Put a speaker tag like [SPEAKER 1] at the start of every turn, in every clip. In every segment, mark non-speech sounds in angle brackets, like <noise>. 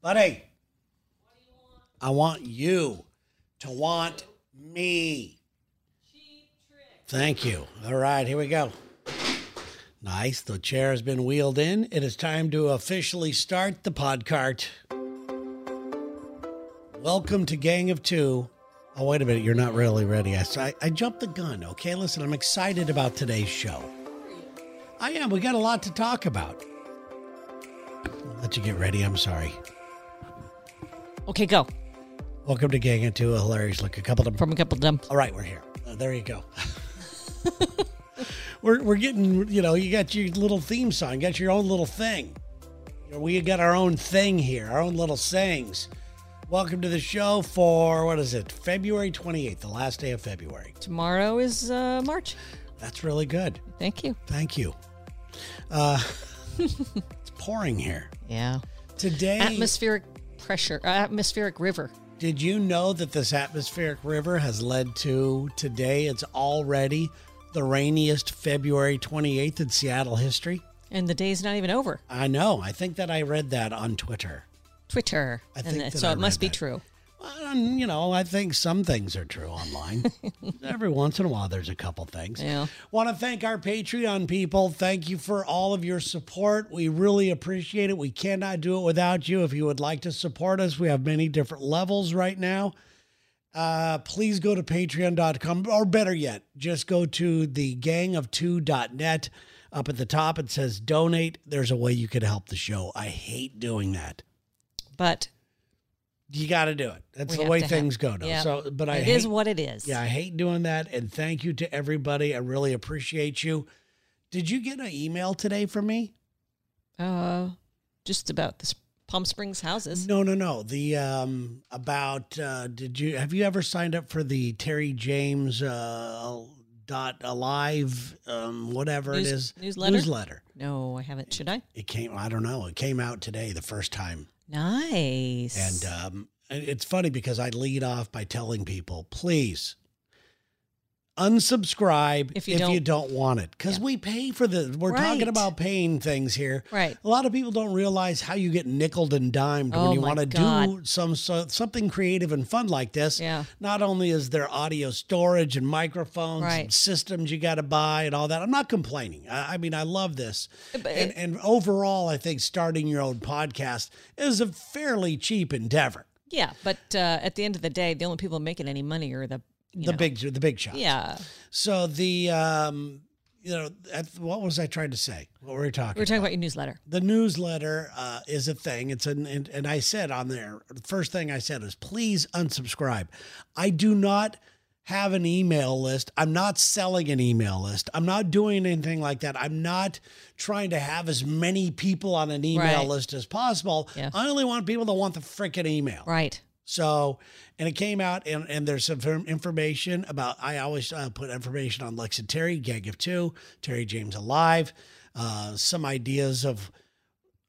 [SPEAKER 1] buddy. I want you to want me. Thank you. All right, here we go. Nice. The chair has been wheeled in. It is time to officially start the podcast. Welcome to Gang of Two. Oh, wait a minute. You're not really ready. I, I, I jumped the gun. Okay, listen, I'm excited about today's show. I am. We got a lot to talk about. I'll let you get ready. I'm sorry.
[SPEAKER 2] Okay, go.
[SPEAKER 1] Welcome to Gang of Two. A hilarious look. A couple of
[SPEAKER 2] From a couple of them.
[SPEAKER 1] All right, we're here. Uh, there you go. we're, we're getting, you know, you got your little theme song, you got your own little thing. You know, We got our own thing here, our own little sayings. Welcome to the show for, what is it, February 28th, the last day of February.
[SPEAKER 2] Tomorrow is uh, March.
[SPEAKER 1] That's really good.
[SPEAKER 2] Thank you.
[SPEAKER 1] Thank you. Uh, <laughs> it's pouring here.
[SPEAKER 2] Yeah.
[SPEAKER 1] Today,
[SPEAKER 2] Atmospheric pressure, uh, atmospheric river.
[SPEAKER 1] did you know that this atmospheric river has led to today? It's already the rainiest February 28th in Seattle history.
[SPEAKER 2] And the day's not even over.
[SPEAKER 1] I know. I think that I read that on Twitter.
[SPEAKER 2] Twitter.
[SPEAKER 1] I
[SPEAKER 2] and
[SPEAKER 1] think
[SPEAKER 2] that-
[SPEAKER 1] that
[SPEAKER 2] so
[SPEAKER 1] I
[SPEAKER 2] it must
[SPEAKER 1] read
[SPEAKER 2] be
[SPEAKER 1] that.
[SPEAKER 2] true.
[SPEAKER 1] Um, you know, I think some things are true online. Every once in a while, there's a couple things.
[SPEAKER 2] Yeah.
[SPEAKER 1] Want to thank our Patreon people. Thank you for all of your support. We really appreciate it. We cannot do it without you. If you would like to support us, we have many different levels right now. Uh, please go to patreon.com, or better yet, just go to the gangoftwo.net. Up at the top, it says donate. There's a way you could help the show. I hate doing that.
[SPEAKER 2] But
[SPEAKER 1] You got to do it. That's
[SPEAKER 2] we
[SPEAKER 1] the
[SPEAKER 2] have
[SPEAKER 1] way
[SPEAKER 2] to have-
[SPEAKER 1] things go now.
[SPEAKER 2] Yeah.
[SPEAKER 1] So, but I
[SPEAKER 2] it
[SPEAKER 1] hate,
[SPEAKER 2] is what it is.
[SPEAKER 1] yeah, I hate doing that. And thank you to everybody. I really appreciate you. Did you get an email today from me?
[SPEAKER 2] Uh, just about this Palm Springs houses.
[SPEAKER 1] No, no, no. The um about uh did you have you ever signed up for the Terry James uh dot alive um whatever
[SPEAKER 2] News-
[SPEAKER 1] it is
[SPEAKER 2] newsletter?
[SPEAKER 1] newsletter.
[SPEAKER 2] No, I haven't. Should I?
[SPEAKER 1] It came I don't know. It came out today the first time.
[SPEAKER 2] Nice.
[SPEAKER 1] And um, it- it's funny because I lead off by telling people, please unsubscribe if you, don't, want it. Because we pay for the, we're talking
[SPEAKER 2] Right.
[SPEAKER 1] about paying things here.
[SPEAKER 2] Right.
[SPEAKER 1] A lot of people don't realize how you get nickled and dimed when
[SPEAKER 2] Oh
[SPEAKER 1] you
[SPEAKER 2] my
[SPEAKER 1] want to do
[SPEAKER 2] God.
[SPEAKER 1] some so, something creative and fun like this.
[SPEAKER 2] Yeah.
[SPEAKER 1] Not only is there audio storage and microphones and
[SPEAKER 2] Right.
[SPEAKER 1] systems you got to buy and all that. I'm not complaining. I, I mean, I love this.
[SPEAKER 2] Uh, But
[SPEAKER 1] and,
[SPEAKER 2] it-
[SPEAKER 1] and overall, I think starting your own podcast is a fairly cheap endeavor.
[SPEAKER 2] yeah, but uh, at the end of the day, the only people making any money are the you
[SPEAKER 1] the
[SPEAKER 2] know,
[SPEAKER 1] big the big shots.
[SPEAKER 2] Yeah,
[SPEAKER 1] So the um, you know, at- what was I trying to say? What were we talking?
[SPEAKER 2] we were talking about your newsletter.
[SPEAKER 1] the newsletter uh, is a thing. It's an and, and I said on there the first thing I said is please unsubscribe. I do not have an email list. I'm not selling an email list. I'm not doing anything like that. I'm not trying to have as many people on an email
[SPEAKER 2] Right.
[SPEAKER 1] list as possible.
[SPEAKER 2] Yeah.
[SPEAKER 1] I only want people that want the freaking email.
[SPEAKER 2] Right.
[SPEAKER 1] So, and it came out, and, and there's some firm information about. I always uh, put information on Lex and Terry, Gang of Two, Terry James Alive, uh, some ideas of.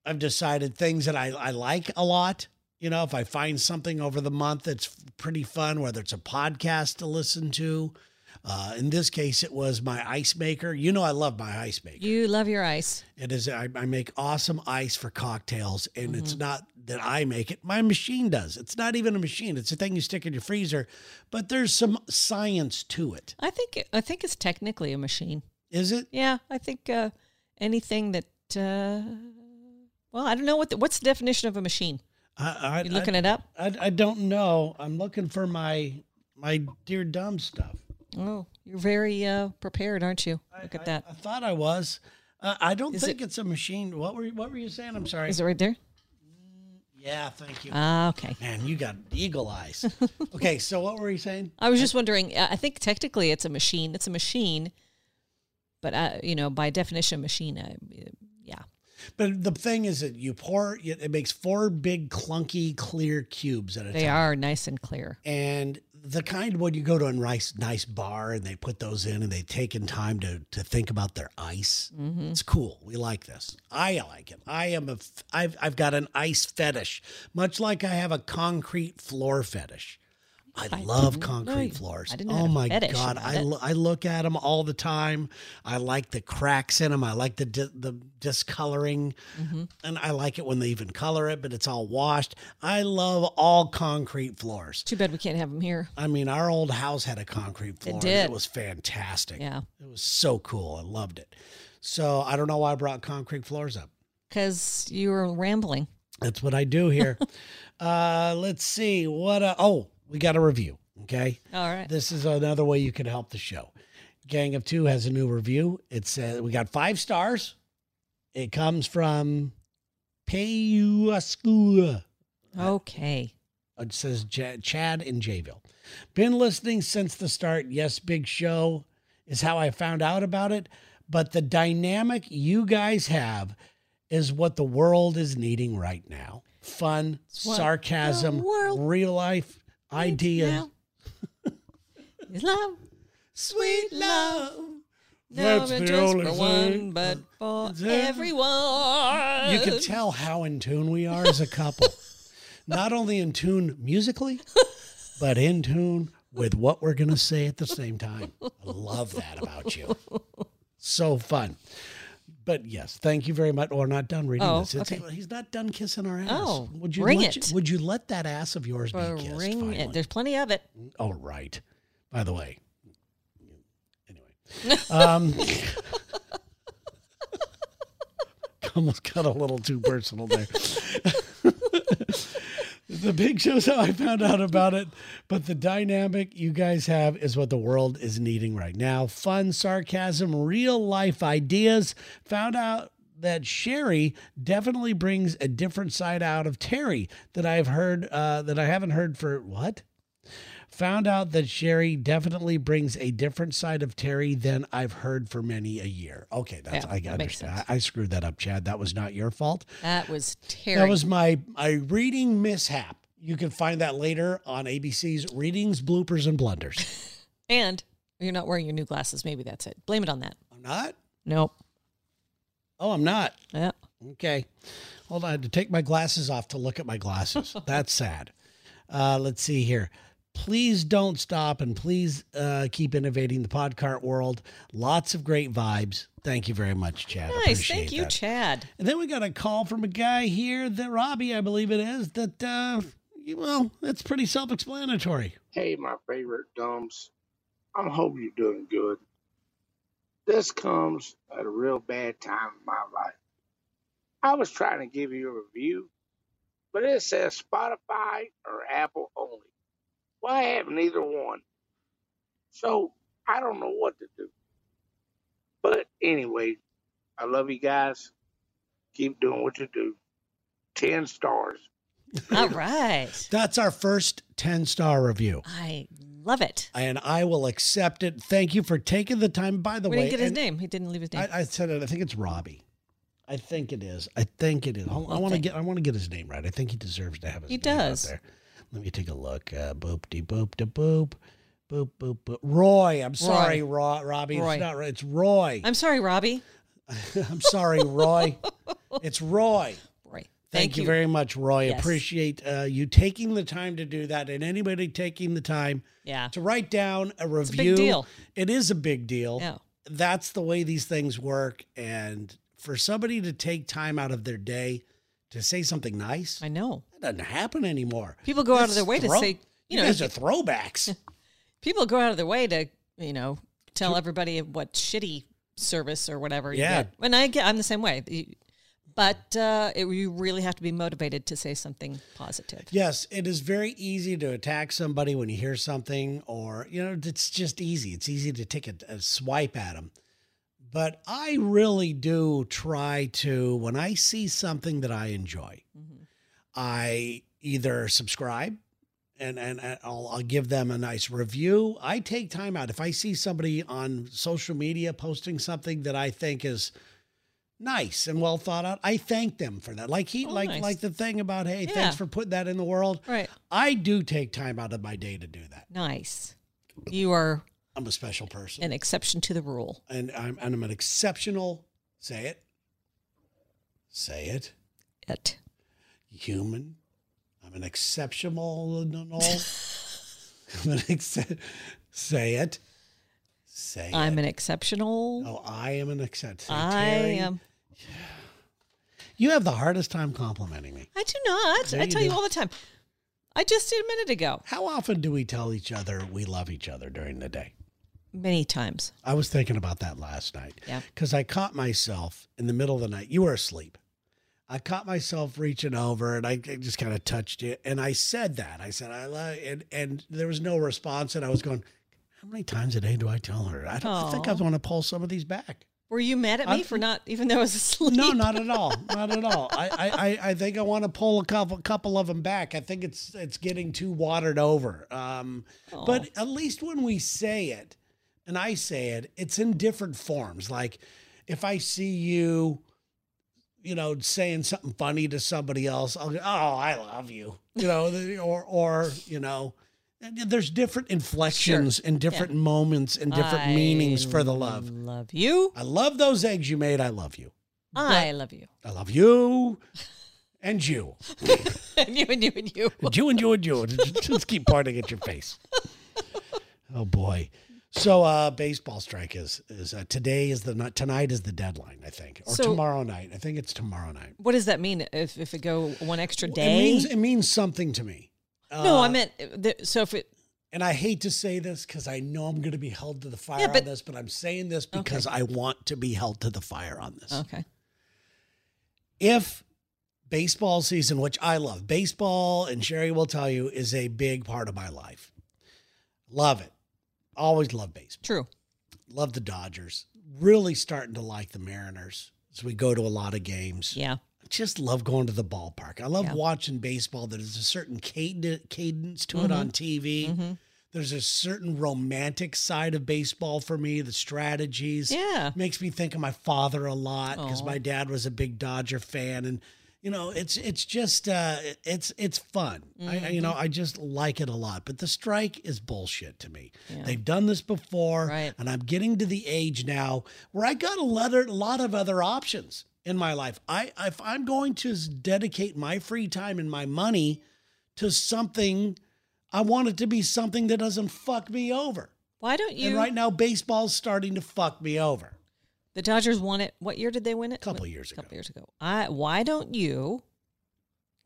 [SPEAKER 1] I've decided things that I, I like a lot. You know, if I find something over the month that's pretty fun, whether it's a podcast to listen to. Uh, in this case, it was my ice maker. You know, I love my ice maker.
[SPEAKER 2] You love your ice.
[SPEAKER 1] It is. I, I make awesome ice for cocktails, and
[SPEAKER 2] Mm-hmm.
[SPEAKER 1] it's not that I make it. My machine does. It's not even a machine. It's a thing you stick in your freezer, but there's some science to it.
[SPEAKER 2] I think it- I think it's technically a machine.
[SPEAKER 1] Is it?
[SPEAKER 2] Yeah, I think uh, anything that. Uh, well, I don't know what the, what's the definition of a machine.
[SPEAKER 1] I, I,
[SPEAKER 2] You looking it up?
[SPEAKER 1] I, I don't know. I'm looking for my my dear dumb stuff.
[SPEAKER 2] Oh, you're very uh, prepared, aren't you? Look at that.
[SPEAKER 1] I thought I was. Uh, I don't
[SPEAKER 2] Is
[SPEAKER 1] think it's a machine. What were you, what were you saying? I'm sorry.
[SPEAKER 2] Is it right there?
[SPEAKER 1] yeah, thank you.
[SPEAKER 2] Ah, okay.
[SPEAKER 1] Man, you got eagle
[SPEAKER 2] <laughs>
[SPEAKER 1] eyes. okay, so what were you saying?
[SPEAKER 2] I was just wondering. uh, I think technically it's a machine. It's a machine, but uh, you know, by definition, machine. Uh, yeah.
[SPEAKER 1] But the thing is that you pour it it makes four big clunky clear cubes at a
[SPEAKER 2] They
[SPEAKER 1] time.
[SPEAKER 2] are nice and clear.
[SPEAKER 1] And the kind when you go to a nice nice bar and they put those in and they've taken time to to think about their ice.
[SPEAKER 2] Mm-hmm.
[SPEAKER 1] It's cool. We like this. I like it. I am a f- I've I've got an ice fetish, much like I have a concrete floor fetish. I,
[SPEAKER 2] I
[SPEAKER 1] love
[SPEAKER 2] didn't know
[SPEAKER 1] concrete
[SPEAKER 2] you-
[SPEAKER 1] floors.
[SPEAKER 2] I didn't know you
[SPEAKER 1] oh
[SPEAKER 2] had a
[SPEAKER 1] my
[SPEAKER 2] fetish
[SPEAKER 1] god,
[SPEAKER 2] about
[SPEAKER 1] I,
[SPEAKER 2] it.
[SPEAKER 1] lo- I look at them all the time. I like the cracks in them. I like the di- the discoloring,
[SPEAKER 2] Mm-hmm.
[SPEAKER 1] and I like it when they even color it, but it's all washed. I love all concrete floors.
[SPEAKER 2] Too bad we can't have them here.
[SPEAKER 1] I mean, our old house had a concrete floor. and
[SPEAKER 2] did.
[SPEAKER 1] It was fantastic.
[SPEAKER 2] Yeah.
[SPEAKER 1] It was so cool. I loved it. So I don't know why I brought concrete floors up.
[SPEAKER 2] Because you were rambling.
[SPEAKER 1] That's what I do here. uh, let's see what. Uh, oh, we got a review. Okay,
[SPEAKER 2] All right.
[SPEAKER 1] this is another way you can help the show. Gang of Two has a new review. It says we got five stars. It comes from Payuascua. uh,
[SPEAKER 2] Okay.
[SPEAKER 1] It Uh, says Ch- Chad in Jayville. Been listening since the start. Yes, big show is how I found out about it. But the dynamic you guys have is what the world is needing right now. Fun,
[SPEAKER 2] what
[SPEAKER 1] sarcasm,
[SPEAKER 2] the world
[SPEAKER 1] real life ideas.
[SPEAKER 2] Now, <laughs> is love
[SPEAKER 1] Sweet
[SPEAKER 2] love.
[SPEAKER 1] That's
[SPEAKER 2] never
[SPEAKER 1] the
[SPEAKER 2] just
[SPEAKER 1] only
[SPEAKER 2] for
[SPEAKER 1] thing.
[SPEAKER 2] one, but for everyone.
[SPEAKER 1] You can tell how in tune we are as a
[SPEAKER 2] <laughs>
[SPEAKER 1] couple. Not only in tune musically, but in tune with what we're going to say at the same time. I love that about you. So fun. But yes, thank you very much. Or not done reading
[SPEAKER 2] Oh,
[SPEAKER 1] this. It's,
[SPEAKER 2] okay.
[SPEAKER 1] He's not done kissing our ass.
[SPEAKER 2] Oh,
[SPEAKER 1] would you
[SPEAKER 2] bring
[SPEAKER 1] let you-
[SPEAKER 2] it.
[SPEAKER 1] would you let that ass of yours
[SPEAKER 2] for
[SPEAKER 1] be kissed?
[SPEAKER 2] ring
[SPEAKER 1] finally?
[SPEAKER 2] it. There's plenty of it.
[SPEAKER 1] Oh, right. By the way. Anyway. Um, <laughs> almost got a little too personal there. the big show's how I found out about it, but the dynamic you guys have is what the world is needing right now. Fun, sarcasm, real life ideas. Found out that Sherry definitely brings a different side out of Terry that I've heard uh, that I haven't heard for what found out that Sherry definitely brings a different side of Terry than I've heard for many a year. Okay, that's
[SPEAKER 2] Yeah,
[SPEAKER 1] I
[SPEAKER 2] that makes
[SPEAKER 1] understand. I, I screwed that up, Chad. That was not your fault.
[SPEAKER 2] That was terrible.
[SPEAKER 1] That was my my reading mishap. You can find that later on ABC's Readings, Bloopers, and Blunders.
[SPEAKER 2] and you're not wearing your new glasses. Maybe that's it. Blame it on that.
[SPEAKER 1] I'm not.
[SPEAKER 2] Nope.
[SPEAKER 1] Oh, I'm not.
[SPEAKER 2] Yeah.
[SPEAKER 1] Okay. Hold on. I had to take my glasses off to look at my <laughs> glasses. That's sad. Uh, let's see here. Please don't stop and please uh, keep innovating the podcast world. Lots of great vibes. Thank you very much, Chad.
[SPEAKER 2] Nice.
[SPEAKER 1] Appreciate
[SPEAKER 2] Thank you,
[SPEAKER 1] that. <laughs>
[SPEAKER 2] Chad.
[SPEAKER 1] And then we got a call from a guy here that Robbie, I believe it is, that, uh, well, that's pretty self explanatory.
[SPEAKER 3] Hey, my favorite dumbs. I'm hoping you're doing good. This comes at a real bad time in my life. I was trying to give you a review, but it says Spotify or Apple only. Well, I have neither one. So I don't know what to do. But anyway, I love you guys. Keep doing what you do. 10 stars.
[SPEAKER 2] All right.
[SPEAKER 1] That's our first 10 star review.
[SPEAKER 2] I love it.
[SPEAKER 1] And I will accept it. Thank you for taking the time. By the
[SPEAKER 2] We
[SPEAKER 1] way,
[SPEAKER 2] didn't get his
[SPEAKER 1] and-
[SPEAKER 2] name. He didn't leave his name.
[SPEAKER 1] I, I said it. I think it's Robbie. I think it is. I think it is. Hold- I
[SPEAKER 2] Well,
[SPEAKER 1] want to
[SPEAKER 2] thank-
[SPEAKER 1] get. I want to get his name right. I think he deserves to have his.
[SPEAKER 2] He
[SPEAKER 1] name out
[SPEAKER 2] does.
[SPEAKER 1] there. Let me take a look. Uh, boop de boop de boop, boop boop boop. Roy. I'm sorry, Ro- Robbie.
[SPEAKER 2] Roy.
[SPEAKER 1] It's not. Ro- It's Roy.
[SPEAKER 2] I'm sorry, Robbie.
[SPEAKER 1] <laughs> I'm sorry,
[SPEAKER 2] <laughs>
[SPEAKER 1] Roy. It's Roy.
[SPEAKER 2] Roy.
[SPEAKER 1] Thank, you. very much, Roy.
[SPEAKER 2] Yes.
[SPEAKER 1] Appreciate uh, you taking the time to do that, and anybody taking the time
[SPEAKER 2] Yeah.
[SPEAKER 1] to write down a review.
[SPEAKER 2] It's a big deal.
[SPEAKER 1] It is a big deal
[SPEAKER 2] Yeah.
[SPEAKER 1] that's the way these things work. And for somebody to take time out of their day to say something nice,
[SPEAKER 2] I know.
[SPEAKER 1] that doesn't happen anymore.
[SPEAKER 2] People go out of their way to
[SPEAKER 1] Throw-
[SPEAKER 2] say, you, know,
[SPEAKER 1] guys are throwbacks.
[SPEAKER 2] people go out of their way to, you know, tell everybody what shitty service or whatever. you
[SPEAKER 1] Yeah.
[SPEAKER 2] get. And I get, I'm the same way. You- But uh, it, you really have to be motivated to say something positive.
[SPEAKER 1] yes, it is very easy to attack somebody when you hear something, or, you know, it's just easy. It's easy to take a, a swipe at them. But I really do try to, when I see something that I enjoy,
[SPEAKER 2] Mhm.
[SPEAKER 1] I either subscribe and, and and I'll, I'll give them a nice review. I take time out. If I see somebody on social media posting something that I think is nice and well thought out, I thank them for that. Like he
[SPEAKER 2] Oh,
[SPEAKER 1] like
[SPEAKER 2] nice.
[SPEAKER 1] like the thing about hey,
[SPEAKER 2] Yeah.
[SPEAKER 1] thanks for putting that in the world.
[SPEAKER 2] Right.
[SPEAKER 1] I do take time out of my day to do that.
[SPEAKER 2] Nice. You are
[SPEAKER 1] I'm a special person.
[SPEAKER 2] an exception to the rule.
[SPEAKER 1] And I'm and I'm an exceptional say it. Say it.
[SPEAKER 2] It.
[SPEAKER 1] <laughs> Human. I'm an exceptional I'm gonna accept, say it. Say
[SPEAKER 2] I'm
[SPEAKER 1] it.
[SPEAKER 2] an exceptional.
[SPEAKER 1] oh, I am an accept.
[SPEAKER 2] I
[SPEAKER 1] Terry,
[SPEAKER 2] am.
[SPEAKER 1] You have the hardest time complimenting me.
[SPEAKER 2] I do not.
[SPEAKER 1] There
[SPEAKER 2] I
[SPEAKER 1] you
[SPEAKER 2] tell you
[SPEAKER 1] do.
[SPEAKER 2] all the time. I just did a minute ago.
[SPEAKER 1] How often do we tell each other we love each other during the day?
[SPEAKER 2] Many times.
[SPEAKER 1] I was thinking about that last night.
[SPEAKER 2] Yeah.
[SPEAKER 1] Because I caught myself in the middle of the night. You were asleep. I caught myself reaching over and I I just kind of touched you. And I said that. I said, I love and and there was no response. And I was going, How many times a day do I tell her? I don't I think I
[SPEAKER 2] Aw.
[SPEAKER 1] want to pull some of these back.
[SPEAKER 2] Were you mad at me
[SPEAKER 1] I'm-
[SPEAKER 2] for not, even though I was <laughs> asleep?
[SPEAKER 1] No, not at all. Not at all. I, I, I, I think I want to pull a couple couple of them back. I think it's it's getting too watered over. Um,
[SPEAKER 2] Aw.
[SPEAKER 1] but at least when we say it, and I say it, it's in different forms. Like if I see you, you know, saying something funny to somebody else, I'll go, "Oh, I love you," you know, the- or or you know. and There's different inflections and different moments and different
[SPEAKER 2] I
[SPEAKER 1] meanings for the love.
[SPEAKER 2] Love you.
[SPEAKER 1] I love those eggs you made. I love you.
[SPEAKER 2] I love you.
[SPEAKER 1] I love you and you.
[SPEAKER 2] <laughs> and you and you and you.
[SPEAKER 1] And you and you and you. Just keep pointing at your face. Oh boy. So uh baseball strike is is uh, today is the night tonight is the deadline, I think. Or
[SPEAKER 2] So-
[SPEAKER 1] tomorrow night. I think it's tomorrow night.
[SPEAKER 2] What does that mean if, if it go one extra
[SPEAKER 1] It
[SPEAKER 2] day?
[SPEAKER 1] means it means something to me.
[SPEAKER 2] no, I
[SPEAKER 1] Uh,
[SPEAKER 2] meant, uh, the, so if it,
[SPEAKER 1] and I hate to say this because I know I'm going to be held to the fire on
[SPEAKER 2] but-
[SPEAKER 1] this, but I'm saying this because I want to be held to the fire on this.
[SPEAKER 2] okay.
[SPEAKER 1] if baseball season, which I love, baseball, and Sherry will tell you, is a big part of my life. Love it. Always love baseball.
[SPEAKER 2] True.
[SPEAKER 1] Love the Dodgers. Really starting to like the Mariners as we go to a lot of games.
[SPEAKER 2] Yeah.
[SPEAKER 1] I just love going to the ballpark. I love
[SPEAKER 2] Yeah.
[SPEAKER 1] watching baseball. There's a certain cad- cadence to it
[SPEAKER 2] Mhm.
[SPEAKER 1] on TV.
[SPEAKER 2] Mhm.
[SPEAKER 1] There's a certain romantic side of baseball for me, the strategies
[SPEAKER 2] Yeah. <laughs>
[SPEAKER 1] makes me think of my father a lot because
[SPEAKER 2] Aw.
[SPEAKER 1] my dad was a big Dodger fan, and you know, it's it's just uh, it's it's fun. I, I- you
[SPEAKER 2] Mm-hmm.
[SPEAKER 1] know, I just like it a lot. But the strike is bullshit to me.
[SPEAKER 2] Yeah.
[SPEAKER 1] They've done this before,
[SPEAKER 2] Right.
[SPEAKER 1] and I'm getting to the age now where I got a lot a lot of other options in my life. I if I'm going to s- dedicate my free time and my money to something. I want it to be something that doesn't fuck me over.
[SPEAKER 2] Why don't you?
[SPEAKER 1] and right now, baseball's starting to fuck me over.
[SPEAKER 2] The Dodgers won it. What year did they win it?
[SPEAKER 1] Couple
[SPEAKER 2] When-
[SPEAKER 1] years ago.
[SPEAKER 2] Couple years ago. I. Why don't you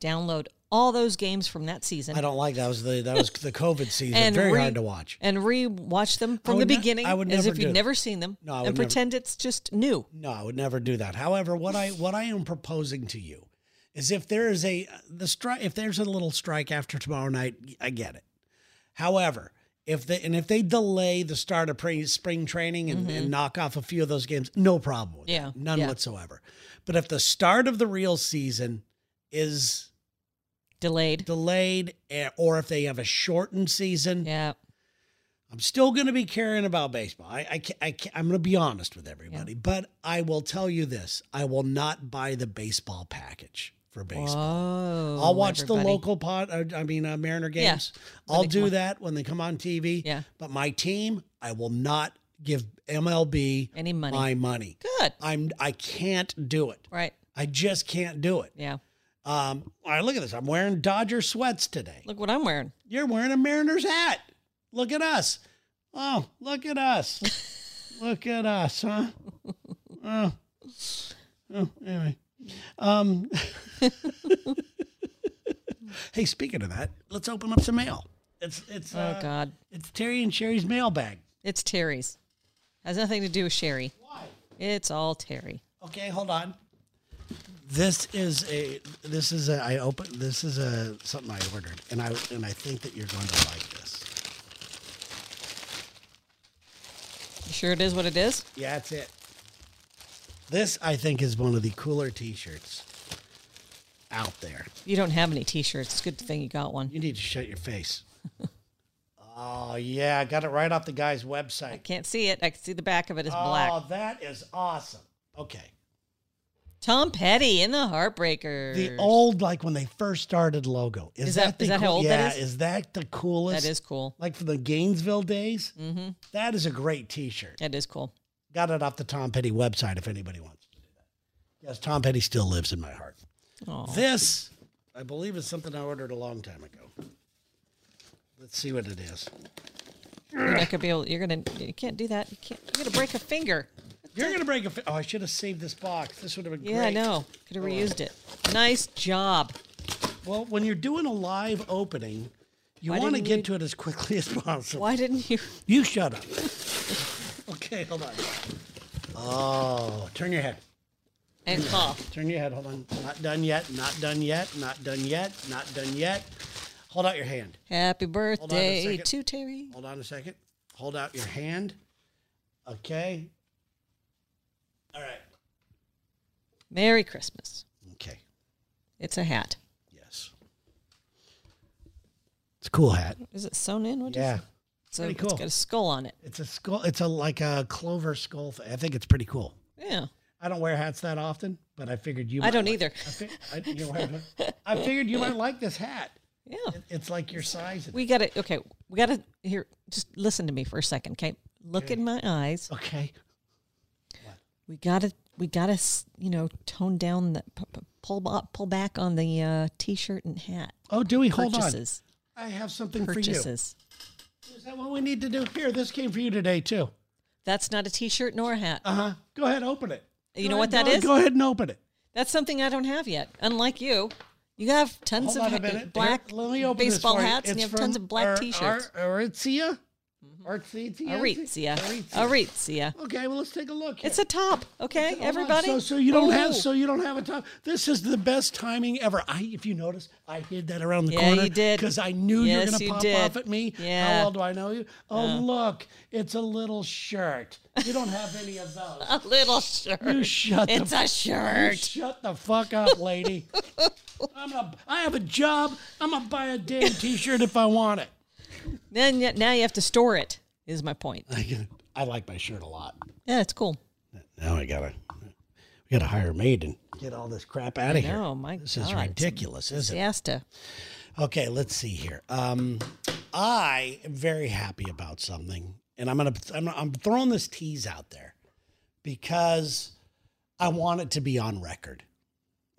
[SPEAKER 2] download all those games from that season
[SPEAKER 1] I don't like that was the that was the COVID season.
[SPEAKER 2] <laughs> And
[SPEAKER 1] Very
[SPEAKER 2] re-
[SPEAKER 1] hard to watch.
[SPEAKER 2] and rewatch them from the
[SPEAKER 1] would ne-
[SPEAKER 2] beginning
[SPEAKER 1] I would
[SPEAKER 2] as
[SPEAKER 1] never
[SPEAKER 2] if you've
[SPEAKER 1] do that.
[SPEAKER 2] never seen them
[SPEAKER 1] No, I would
[SPEAKER 2] and
[SPEAKER 1] never-
[SPEAKER 2] pretend it's just new?
[SPEAKER 1] No, I would never do that. However, what I what I am proposing to you is if there is a the strike if there's a little strike after tomorrow night, I get it. However, if they and if they delay the start of pre- spring training and, and knock off a few of those games, no problem. With
[SPEAKER 2] Mm-hmm. Yeah,
[SPEAKER 1] that. none
[SPEAKER 2] yeah.
[SPEAKER 1] whatsoever. But if the start of the real season is
[SPEAKER 2] Delayed.
[SPEAKER 1] delayed, eh, or if they have a shortened season,
[SPEAKER 2] Yeah.
[SPEAKER 1] I'm still going to be caring about baseball. I, I, ca- I ca- I'm going to be honest with everybody, but I will tell you this: I will not buy the baseball package for baseball.
[SPEAKER 2] Whoa.
[SPEAKER 1] I'll watch the
[SPEAKER 2] everybody.
[SPEAKER 1] local pod. Uh, I mean, uh, Mariner
[SPEAKER 2] Yeah,
[SPEAKER 1] games.
[SPEAKER 2] when
[SPEAKER 1] I'll
[SPEAKER 2] they come
[SPEAKER 1] do
[SPEAKER 2] on.
[SPEAKER 1] that when they come on TV.
[SPEAKER 2] Yeah.
[SPEAKER 1] But my team, I will not give MLB
[SPEAKER 2] Any money.
[SPEAKER 1] my money.
[SPEAKER 2] Good.
[SPEAKER 1] I'm. I can't do it.
[SPEAKER 2] Right.
[SPEAKER 1] I just can't do it.
[SPEAKER 2] Yeah.
[SPEAKER 1] Um. All right. Look at this. I'm wearing Dodger sweats today.
[SPEAKER 2] Look what I'm wearing.
[SPEAKER 1] You're wearing a Mariners hat. Look at us. Oh, look at us. look at us, huh? Oh. Oh, anyway. Um, <laughs> hey, speaking of that, let's open up some mail. It's it's uh,
[SPEAKER 2] oh God.
[SPEAKER 1] it's Terry and Sherry's mailbag.
[SPEAKER 2] It's Terry's. Has nothing to do with Sherry.
[SPEAKER 1] Why?
[SPEAKER 2] It's all Terry.
[SPEAKER 1] Okay, hold on. This is a this is a I open this is a something I ordered and I and I think that you're going to like this.
[SPEAKER 2] You sure it is what it is?
[SPEAKER 1] Yeah, that's it. This I think is one of the cooler T-shirts out there.
[SPEAKER 2] You don't have any T-shirts. It's a good thing you got one.
[SPEAKER 1] You need to shut your
[SPEAKER 2] <laughs>
[SPEAKER 1] face. oh yeah, I got it right off the guy's
[SPEAKER 2] I
[SPEAKER 1] website.
[SPEAKER 2] can't see it. I can see the back of it is
[SPEAKER 1] Oh,
[SPEAKER 2] black.
[SPEAKER 1] that is awesome. Okay,
[SPEAKER 2] Tom Petty in the Heartbreakers.
[SPEAKER 1] the old like when they first started logo is,
[SPEAKER 2] Is that-
[SPEAKER 1] the
[SPEAKER 2] is that how old
[SPEAKER 1] yeah
[SPEAKER 2] that is?
[SPEAKER 1] is that the coolest
[SPEAKER 2] That is cool.
[SPEAKER 1] like from the Gainesville days. Mm-hmm. is a great T-shirt.
[SPEAKER 2] That is cool.
[SPEAKER 1] Got it off the Tom Petty website. If anybody wants to do that, yes, Tom Petty still lives in my heart.
[SPEAKER 2] Oh,
[SPEAKER 1] This, I believe, is something I ordered a long time ago. Let's see what it is.
[SPEAKER 2] You're not gonna be able. You're gonna. You can't do that. You can't. You're gonna break a finger.
[SPEAKER 1] You're gonna break a. Fi- oh, I should have saved this box. This would have been
[SPEAKER 2] Yeah, I
[SPEAKER 1] great.
[SPEAKER 2] know. Could have reused it. Nice job.
[SPEAKER 1] Well, when you're doing a live opening, you
[SPEAKER 2] Why
[SPEAKER 1] want to
[SPEAKER 2] didn't
[SPEAKER 1] get
[SPEAKER 2] we-
[SPEAKER 1] to it as quickly as possible.
[SPEAKER 2] Why didn't you?
[SPEAKER 1] You shut up. okay, hold on. Oh, turn your head.
[SPEAKER 2] And oh, cough.
[SPEAKER 1] Turn your head. Hold on. Not done yet. Not done yet. Not done yet. Not done yet. Hold out your hand.
[SPEAKER 2] Happy birthday
[SPEAKER 1] second.
[SPEAKER 2] to Terry.
[SPEAKER 1] Hold on a second. Hold out your hand. Okay. All right.
[SPEAKER 2] Merry Christmas.
[SPEAKER 1] Okay.
[SPEAKER 2] It's a hat.
[SPEAKER 1] Yes. It's a cool hat.
[SPEAKER 2] Is it sewn in? What is
[SPEAKER 1] Yeah.
[SPEAKER 2] it? So
[SPEAKER 1] pretty
[SPEAKER 2] It's
[SPEAKER 1] cool.
[SPEAKER 2] got a skull on it.
[SPEAKER 1] It's a skull. It's a like a clover skull. Thing. I think it's pretty cool.
[SPEAKER 2] Yeah.
[SPEAKER 1] I don't wear hats that often, but I figured you.
[SPEAKER 2] I
[SPEAKER 1] might
[SPEAKER 2] don't
[SPEAKER 1] like-
[SPEAKER 2] either.
[SPEAKER 1] I, fi- I, you know, I- I figured you might like this hat.
[SPEAKER 2] Yeah.
[SPEAKER 1] It's like your size.
[SPEAKER 2] We got to, okay, we got to, here, just listen to me for a second, okay? Look in my eyes.
[SPEAKER 1] okay.
[SPEAKER 2] We got to, we got to, you know, tone down the, p- p- pull, ba- pull back on the uh, t shirt and hat
[SPEAKER 1] Oh, Dewey, hold
[SPEAKER 2] purchases.
[SPEAKER 1] on. I have something for
[SPEAKER 2] Purchases.
[SPEAKER 1] you. Is that what we need to do? Here, this came for you today too.
[SPEAKER 2] That's not a t shirt nor a hat.
[SPEAKER 1] Uh huh. Go ahead, open it.
[SPEAKER 2] You
[SPEAKER 1] Go
[SPEAKER 2] know
[SPEAKER 1] ahead,
[SPEAKER 2] what that
[SPEAKER 1] go-
[SPEAKER 2] is?
[SPEAKER 1] Go ahead and open it.
[SPEAKER 2] That's something I don't have yet. Unlike you, you have
[SPEAKER 1] Hold
[SPEAKER 2] tons
[SPEAKER 1] on a
[SPEAKER 2] of ha- uh,
[SPEAKER 1] minute.
[SPEAKER 2] black
[SPEAKER 1] Here, let me open this
[SPEAKER 2] baseball
[SPEAKER 1] for you.
[SPEAKER 2] hats, and
[SPEAKER 1] It's
[SPEAKER 2] you have
[SPEAKER 1] from
[SPEAKER 2] tons of black
[SPEAKER 1] Ar-
[SPEAKER 2] T-shirts. Mm-hmm.
[SPEAKER 1] Ar- Aritzia. Aritzia.
[SPEAKER 2] Aritzia,
[SPEAKER 1] Aritzia.
[SPEAKER 2] Aritzia.
[SPEAKER 1] Okay, well let's take a look. Here.
[SPEAKER 2] It's a top, okay,
[SPEAKER 1] Hold on.
[SPEAKER 2] everybody.
[SPEAKER 1] So, so you don't
[SPEAKER 2] Ooh.
[SPEAKER 1] have so you don't have a time. This is the best timing ever. I, if you notice, I hid that around the
[SPEAKER 2] Yeah,
[SPEAKER 1] corner
[SPEAKER 2] you did.
[SPEAKER 1] because I knew you were
[SPEAKER 2] Yes,
[SPEAKER 1] gonna
[SPEAKER 2] you
[SPEAKER 1] pop
[SPEAKER 2] did.
[SPEAKER 1] off at me.
[SPEAKER 2] Yeah.
[SPEAKER 1] How well do I know you? Oh look, it's a little shirt. You don't have any of
[SPEAKER 2] <laughs>
[SPEAKER 1] those.
[SPEAKER 2] a little shirt.
[SPEAKER 1] You shut
[SPEAKER 2] It's
[SPEAKER 1] the
[SPEAKER 2] a shirt.
[SPEAKER 1] shut the fuck up, lady. I'm gonna. I have a job. I'm gonna buy a damn T-shirt if I want it.
[SPEAKER 2] Then y- now you have to store it. Is my point.
[SPEAKER 1] I, I like my shirt a lot.
[SPEAKER 2] Yeah, it's cool.
[SPEAKER 1] Now I gotta. We gotta hire a maid and get all this crap out of here.
[SPEAKER 2] Oh my
[SPEAKER 1] This
[SPEAKER 2] god,
[SPEAKER 1] is ridiculous,
[SPEAKER 2] It's
[SPEAKER 1] isn't it?
[SPEAKER 2] Fiesta.
[SPEAKER 1] Okay, let's see here. Um, I am very happy about something, and I'm gonna I'm, I'm throwing this tease out there because I want it to be on record.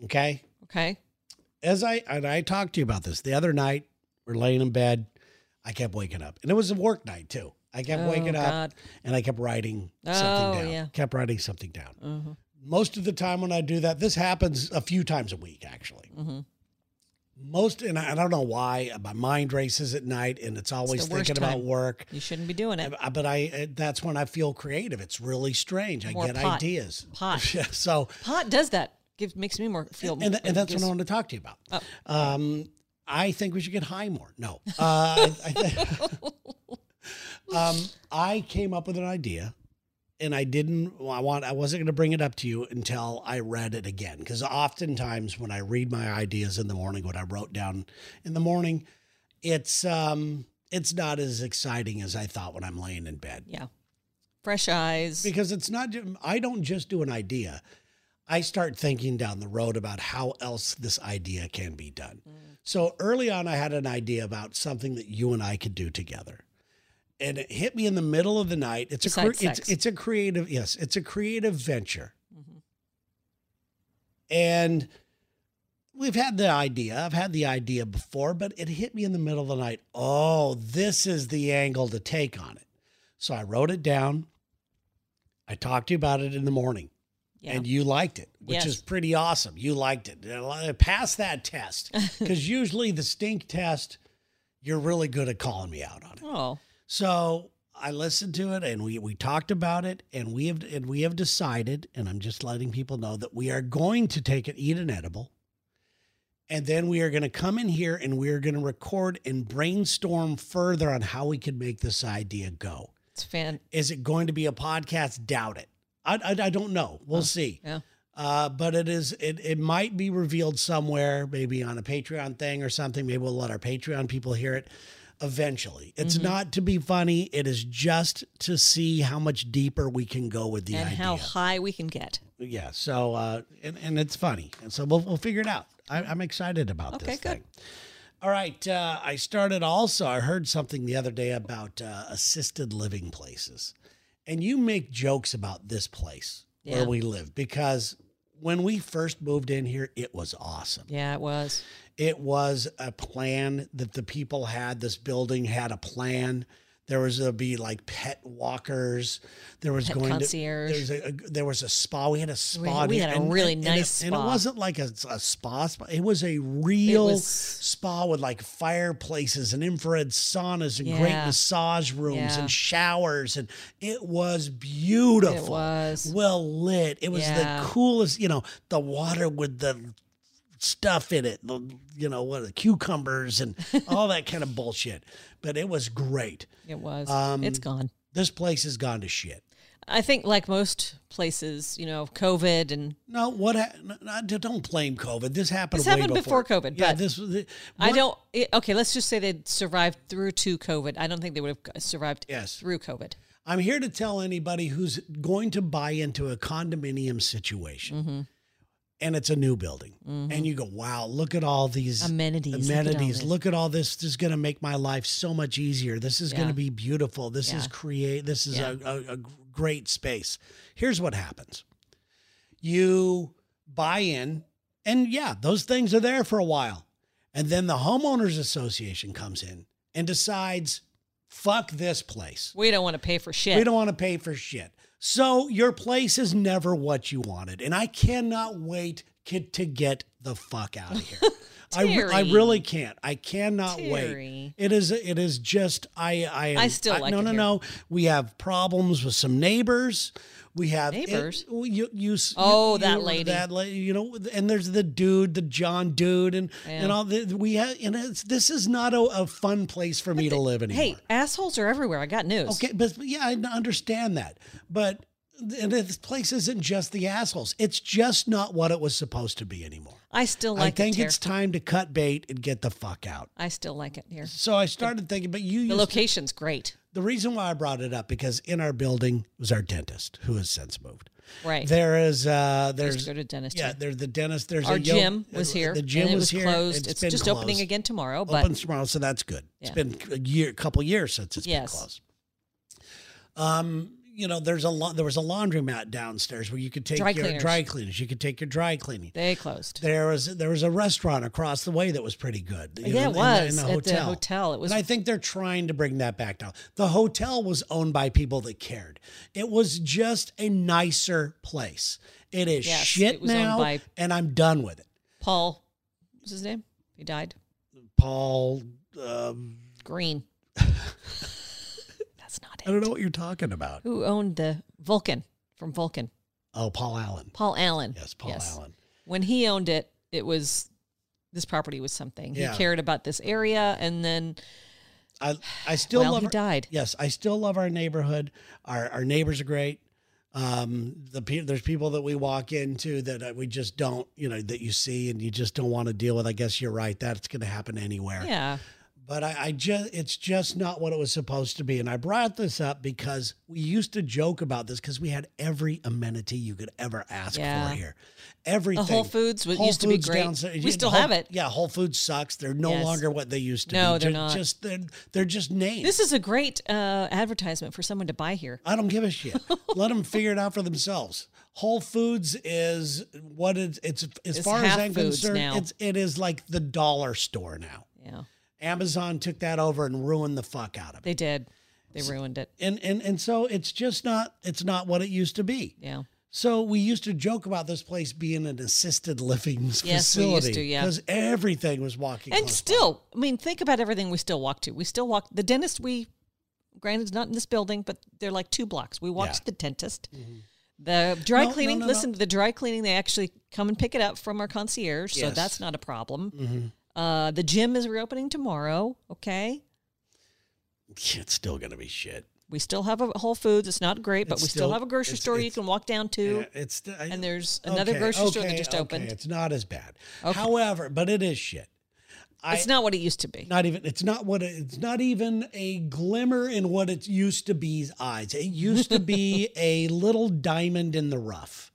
[SPEAKER 1] Okay,
[SPEAKER 2] Okay.
[SPEAKER 1] as I and I talked to you about this the other night, we're laying in bed. I kept waking up, and it was a work night too. I kept
[SPEAKER 2] Oh,
[SPEAKER 1] waking up,
[SPEAKER 2] God.
[SPEAKER 1] and I kept writing
[SPEAKER 2] Oh,
[SPEAKER 1] something down.
[SPEAKER 2] yeah. Mm-hmm.
[SPEAKER 1] Kept writing something down. Most of the time when I do that, this happens a few times a week actually.
[SPEAKER 2] Mm-hmm.
[SPEAKER 1] Most, and I I don't know why my mind races at night, and it's always
[SPEAKER 2] worst
[SPEAKER 1] thinking about
[SPEAKER 2] time.
[SPEAKER 1] work.
[SPEAKER 2] You shouldn't be
[SPEAKER 1] <laughs>
[SPEAKER 2] doing it.
[SPEAKER 1] I- But I, uh, that's when I feel creative. It's really strange. I
[SPEAKER 2] More
[SPEAKER 1] get
[SPEAKER 2] pot.
[SPEAKER 1] ideas. <laughs>
[SPEAKER 2] Pot.
[SPEAKER 1] Yeah, so
[SPEAKER 2] Pot does that. Gives makes me more feel.
[SPEAKER 1] and, and that's what I
[SPEAKER 2] gives-
[SPEAKER 1] wanted to talk to you about. Um, I think we should get high more. No. Uh, I, I, thi- um, I came up with an idea and I didn't well, I want I wasn't going to bring it up to you until I read it again cuz oftentimes when I read my ideas in the morning what I wrote down in the morning it's um it's not as exciting as I thought when I'm laying in bed
[SPEAKER 2] yeah. Fresh eyes.
[SPEAKER 1] because it's not ju- i don't just do an idea i start thinking down the road about how else this idea can be done so early on i had an idea about something that you and i could do together and it hit me in the middle of the night it's a
[SPEAKER 2] Besides
[SPEAKER 1] cre- it's,
[SPEAKER 2] sex. Mm-hmm.
[SPEAKER 1] it's a creative yes it's a creative venture and we've had the idea i've had the idea before but it hit me in the middle of the night oh this is the angle to take on it so i wrote it down I talked to you about it in the morning,
[SPEAKER 2] yeah.
[SPEAKER 1] and you liked it, which
[SPEAKER 2] Yes.
[SPEAKER 1] is pretty awesome. You liked it. I passed that
[SPEAKER 2] <laughs>
[SPEAKER 1] test because usually the stink test, you're really good at calling me out on it.
[SPEAKER 2] oh,
[SPEAKER 1] So I listened to it, and we we talked about it, and we have and we have decided, and I'm just letting people know that we are going to take it, eat an edible. And then we are going to come in here and we are going to record and brainstorm further on how we could make this idea go.
[SPEAKER 2] it's fan.
[SPEAKER 1] Is it going to be a podcast? Doubt it. I, I, I don't know. We'll see.
[SPEAKER 2] Yeah.
[SPEAKER 1] Uh, but it is it it might be revealed somewhere, maybe on a Patreon thing or something. Maybe we'll let our Patreon people hear it eventually. It's
[SPEAKER 2] Mm-hmm.
[SPEAKER 1] not to be funny. It is just to see how much deeper we can go with the
[SPEAKER 2] and
[SPEAKER 1] idea.
[SPEAKER 2] how high we can get.
[SPEAKER 1] yeah. So uh, and and it's funny, and so we'll we'll figure it out. I, I'm excited about
[SPEAKER 2] Okay,
[SPEAKER 1] this
[SPEAKER 2] good.
[SPEAKER 1] thing. All right. Uh, I started also. I heard something the other day about uh, assisted living places, and you make jokes about this place
[SPEAKER 2] Yeah.
[SPEAKER 1] where we live because when we first moved in here, it was awesome.
[SPEAKER 2] Yeah, it was.
[SPEAKER 1] It was a plan that the people had. This building had a plan. There was to be like pet walkers. There was
[SPEAKER 2] Pet
[SPEAKER 1] going to
[SPEAKER 2] concierge.
[SPEAKER 1] there was a, a- there was a spa. We had a spa.
[SPEAKER 2] we had a really nice
[SPEAKER 1] and it,
[SPEAKER 2] spa.
[SPEAKER 1] wasn't like a, a spa spa. It was a real
[SPEAKER 2] was-
[SPEAKER 1] spa with like fireplaces and infrared saunas and great
[SPEAKER 2] Yeah.
[SPEAKER 1] massage rooms
[SPEAKER 2] Yeah.
[SPEAKER 1] and showers, and it was beautiful
[SPEAKER 2] It was.
[SPEAKER 1] well lit. It was
[SPEAKER 2] Yeah.
[SPEAKER 1] the coolest, you know, the water with the stuff in it, the, you know, what the cucumbers
[SPEAKER 2] <laughs>
[SPEAKER 1] and all that kind of bullshit. But it was great.
[SPEAKER 2] It was.
[SPEAKER 1] Um,
[SPEAKER 2] it's gone.
[SPEAKER 1] This place has gone to shit.
[SPEAKER 2] I think, like most places, you know, COVID and
[SPEAKER 1] No, what? Ha- no, no, don't blame COVID. This happened.
[SPEAKER 2] This
[SPEAKER 1] way
[SPEAKER 2] happened before COVID,
[SPEAKER 1] Yeah,
[SPEAKER 2] but
[SPEAKER 1] this was. The,
[SPEAKER 2] I
[SPEAKER 1] what-
[SPEAKER 2] don't. It, okay, let's just say they survived through to COVID. I don't think they would have survived
[SPEAKER 1] Yes.
[SPEAKER 2] through COVID.
[SPEAKER 1] I'm here to tell anybody who's going to buy into a condominium situation,
[SPEAKER 2] Mm-hmm.
[SPEAKER 1] and it's a new building, and you go, "Wow, look at all these
[SPEAKER 2] Amenities. look at all
[SPEAKER 1] amenities.
[SPEAKER 2] this.
[SPEAKER 1] Look at all this. This is going to make my life so much easier. This is going
[SPEAKER 2] Yeah.
[SPEAKER 1] to be beautiful. This is
[SPEAKER 2] Yeah.
[SPEAKER 1] create. This is a, a, a great space. Here's what happens: you buy in, and yeah, those things are there for a while, and then the homeowners association comes in and decides, "Fuck this place.
[SPEAKER 2] We don't want to pay for shit.
[SPEAKER 1] We don't want to pay for shit." So your place is never what you wanted, and I cannot wait ki- to get the fuck out of
[SPEAKER 2] <laughs>
[SPEAKER 1] here. I, re- I
[SPEAKER 2] Terry.
[SPEAKER 1] really can't. I cannot wait.
[SPEAKER 2] Terry.
[SPEAKER 1] It is it is just I I am-
[SPEAKER 2] I still like
[SPEAKER 1] no
[SPEAKER 2] it
[SPEAKER 1] no
[SPEAKER 2] here.
[SPEAKER 1] no. We have problems with some neighbors. We have it-
[SPEAKER 2] Neighbors?
[SPEAKER 1] you, you s-
[SPEAKER 2] Oh,
[SPEAKER 1] you-
[SPEAKER 2] that
[SPEAKER 1] you-
[SPEAKER 2] lady.
[SPEAKER 1] that lady. You know, and there's the dude, the John dude, and and
[SPEAKER 2] Yeah.
[SPEAKER 1] all the we have. And it's, this is not a, a fun place for me to live anymore.
[SPEAKER 2] Hey, assholes are everywhere. I got news.
[SPEAKER 1] Okay, but but yeah, I understand that. But and this place isn't just the assholes. It's just not what it was supposed to be anymore.
[SPEAKER 2] I still like
[SPEAKER 1] I think
[SPEAKER 2] it.
[SPEAKER 1] it's
[SPEAKER 2] It's
[SPEAKER 1] time to cut bait and get the fuck out.
[SPEAKER 2] I still like it here.
[SPEAKER 1] So I started thinking, but you
[SPEAKER 2] The
[SPEAKER 1] used,
[SPEAKER 2] location's great.
[SPEAKER 1] the reason why I brought it up because in our building was our dentist who has since moved.
[SPEAKER 2] Right.
[SPEAKER 1] There is uh
[SPEAKER 2] I used
[SPEAKER 1] there's
[SPEAKER 2] to go to dentist.
[SPEAKER 1] yeah,
[SPEAKER 2] Yeah,
[SPEAKER 1] there's the dentist, there's
[SPEAKER 2] Our
[SPEAKER 1] a yo-
[SPEAKER 2] gym was here.
[SPEAKER 1] The gym
[SPEAKER 2] and it
[SPEAKER 1] was,
[SPEAKER 2] was
[SPEAKER 1] here.
[SPEAKER 2] closed. It's,
[SPEAKER 1] been
[SPEAKER 2] just opening
[SPEAKER 1] closed.
[SPEAKER 2] again tomorrow, but
[SPEAKER 1] Opens tomorrow, so that's good. It's
[SPEAKER 2] Yeah.
[SPEAKER 1] been a year, couple years since it's
[SPEAKER 2] Yes.
[SPEAKER 1] been closed. Um, you know, there's a lot. There was a laundromat downstairs where you could take
[SPEAKER 2] Dry
[SPEAKER 1] your
[SPEAKER 2] cleaners.
[SPEAKER 1] dry cleaners. You could take your dry cleaning.
[SPEAKER 2] they closed.
[SPEAKER 1] There was there was a restaurant across the way that was pretty good. you
[SPEAKER 2] yeah,
[SPEAKER 1] know,
[SPEAKER 2] it
[SPEAKER 1] in the-
[SPEAKER 2] was
[SPEAKER 1] in the
[SPEAKER 2] at the hotel. It was
[SPEAKER 1] and I think they're trying to bring that back down. The hotel was owned by people that cared. It was just a nicer place. It is
[SPEAKER 2] Yes,
[SPEAKER 1] shit
[SPEAKER 2] it was owned
[SPEAKER 1] now,
[SPEAKER 2] by-
[SPEAKER 1] and I'm done with it.
[SPEAKER 2] Paul. What's his name? He died.
[SPEAKER 1] Paul, um, <laughs>
[SPEAKER 2] Green. That's not
[SPEAKER 1] I
[SPEAKER 2] it.
[SPEAKER 1] don't know what you're talking about.
[SPEAKER 2] Who owned the Vulcan from Vulcan?
[SPEAKER 1] Oh, Paul Allen.
[SPEAKER 2] Paul Allen.
[SPEAKER 1] Yes, Paul Allen.
[SPEAKER 2] When he owned it, it was this property was something.
[SPEAKER 1] Yeah.
[SPEAKER 2] He cared about this area and then
[SPEAKER 1] I I still
[SPEAKER 2] well,
[SPEAKER 1] love
[SPEAKER 2] he
[SPEAKER 1] our-
[SPEAKER 2] died.
[SPEAKER 1] Yes, I still love our neighborhood. Our our neighbors are great. Um, the pe- there's people that we walk into that uh, we just don't, you know, that you see and you just don't want to deal with. I guess you're right. That's going to happen anywhere.
[SPEAKER 2] Yeah.
[SPEAKER 1] But I, I just, it's just not what it was supposed to be. And I brought this up because we used to joke about this because we had every amenity you could ever ask
[SPEAKER 2] Yeah.
[SPEAKER 1] for here. Everything.
[SPEAKER 2] The Whole Foods was,
[SPEAKER 1] Whole
[SPEAKER 2] used to
[SPEAKER 1] Foods
[SPEAKER 2] be great.
[SPEAKER 1] downstairs-
[SPEAKER 2] we still
[SPEAKER 1] Whole-
[SPEAKER 2] have it.
[SPEAKER 1] Yeah, Whole Foods sucks. They're no
[SPEAKER 2] Yes.
[SPEAKER 1] longer what they used to
[SPEAKER 2] No,
[SPEAKER 1] be.
[SPEAKER 2] they're
[SPEAKER 1] Ju-
[SPEAKER 2] not.
[SPEAKER 1] Just they're they're just names.
[SPEAKER 2] This is a great uh, advertisement for someone to buy here.
[SPEAKER 1] I don't give a
[SPEAKER 2] <laughs>
[SPEAKER 1] shit. Let them figure it out for themselves. Whole Foods is what it's it's as
[SPEAKER 2] It's
[SPEAKER 1] far as
[SPEAKER 2] half
[SPEAKER 1] I'm
[SPEAKER 2] foods
[SPEAKER 1] concerned,
[SPEAKER 2] now.
[SPEAKER 1] it's it is like the dollar store now.
[SPEAKER 2] Yeah.
[SPEAKER 1] Amazon took that over and ruined the fuck out of it.
[SPEAKER 2] They did. They ruined it.
[SPEAKER 1] And and and so it's just not it's not what it used to be.
[SPEAKER 2] Yeah.
[SPEAKER 1] So we used to joke about this place being an assisted living
[SPEAKER 2] we used
[SPEAKER 1] facility
[SPEAKER 2] to, yeah.
[SPEAKER 1] because everything was walking.
[SPEAKER 2] And
[SPEAKER 1] close by.
[SPEAKER 2] still, I mean, think about everything we still walk to. We still walk the dentist. We, granted, it's not in this building, but they're like two blocks. We walked
[SPEAKER 1] Yeah. Mm-hmm.
[SPEAKER 2] to the dentist. The dry
[SPEAKER 1] No, no,
[SPEAKER 2] cleaning.
[SPEAKER 1] no, no.
[SPEAKER 2] listen, to the dry cleaning they actually come and pick it up from our concierge, so
[SPEAKER 1] Yes. Mm-hmm.
[SPEAKER 2] that's not a problem. Uh, the gym is reopening tomorrow. Okay,
[SPEAKER 1] it's still gonna be shit.
[SPEAKER 2] we still have a Whole Foods. It's not great, but
[SPEAKER 1] It's
[SPEAKER 2] we still,
[SPEAKER 1] still-
[SPEAKER 2] have a grocery
[SPEAKER 1] it's-
[SPEAKER 2] store you
[SPEAKER 1] it's-
[SPEAKER 2] can walk down to.
[SPEAKER 1] Yeah, it's I-
[SPEAKER 2] and there's another grocery store that just opened.
[SPEAKER 1] It's not as bad.
[SPEAKER 2] Okay.
[SPEAKER 1] However, but it is shit. I,
[SPEAKER 2] it's not what it used to be.
[SPEAKER 1] not even it's not what it- it's not even a glimmer in what it used to be's eyes. It used to
[SPEAKER 2] <laughs>
[SPEAKER 1] be a little diamond in the rough.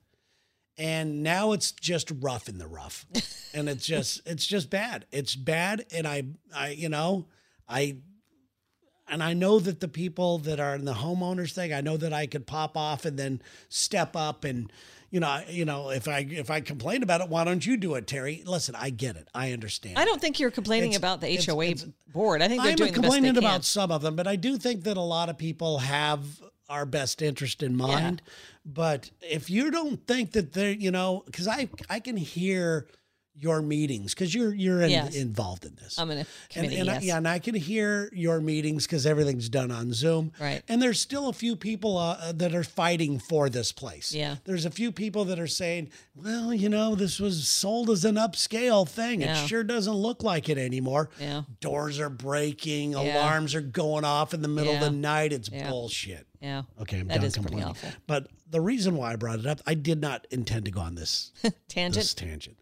[SPEAKER 1] And now it's just rough in the rough. And it's
[SPEAKER 2] <laughs>
[SPEAKER 1] just it's just bad. It's bad and I I you know, I and I know that the people that are in the homeowners thing, I know that I could pop off and then step up and you know, I- you know, if I if I complain about it, why don't you do it, Terry? Listen, I get it. I understand.
[SPEAKER 2] I don't think you're complaining
[SPEAKER 1] It's-
[SPEAKER 2] about the
[SPEAKER 1] it's-
[SPEAKER 2] HOA
[SPEAKER 1] it's-
[SPEAKER 2] board. I think they're
[SPEAKER 1] I'm
[SPEAKER 2] doing the best they
[SPEAKER 1] complaining
[SPEAKER 2] can.
[SPEAKER 1] about some of them, but I do think that a lot of people have our best interest in mind. But if you don't think that they're, you know, because I I can hear your meetings because you're you're in,
[SPEAKER 2] Yes.
[SPEAKER 1] involved in this.
[SPEAKER 2] I'm in a
[SPEAKER 1] and,
[SPEAKER 2] committee.
[SPEAKER 1] and I,
[SPEAKER 2] yes.
[SPEAKER 1] yeah, and I can hear your meetings because everything's done on Zoom.
[SPEAKER 2] Right.
[SPEAKER 1] And there's still a few people uh, that are fighting for this place.
[SPEAKER 2] Yeah.
[SPEAKER 1] There's a few people that are saying, well, you know, this was sold as an upscale thing.
[SPEAKER 2] Yeah.
[SPEAKER 1] It sure doesn't look like it anymore
[SPEAKER 2] yeah.
[SPEAKER 1] doors are breaking,
[SPEAKER 2] Yeah.
[SPEAKER 1] alarms are going off in the middle of
[SPEAKER 2] Yeah.
[SPEAKER 1] the night. It's
[SPEAKER 2] Yeah.
[SPEAKER 1] bullshit.
[SPEAKER 2] Yeah.
[SPEAKER 1] Okay, I'm
[SPEAKER 2] That
[SPEAKER 1] done
[SPEAKER 2] is pretty
[SPEAKER 1] complaining.
[SPEAKER 2] awful.
[SPEAKER 1] But the reason why I brought it up, I did not intend to go on this
[SPEAKER 2] Tangent.
[SPEAKER 1] this tangent.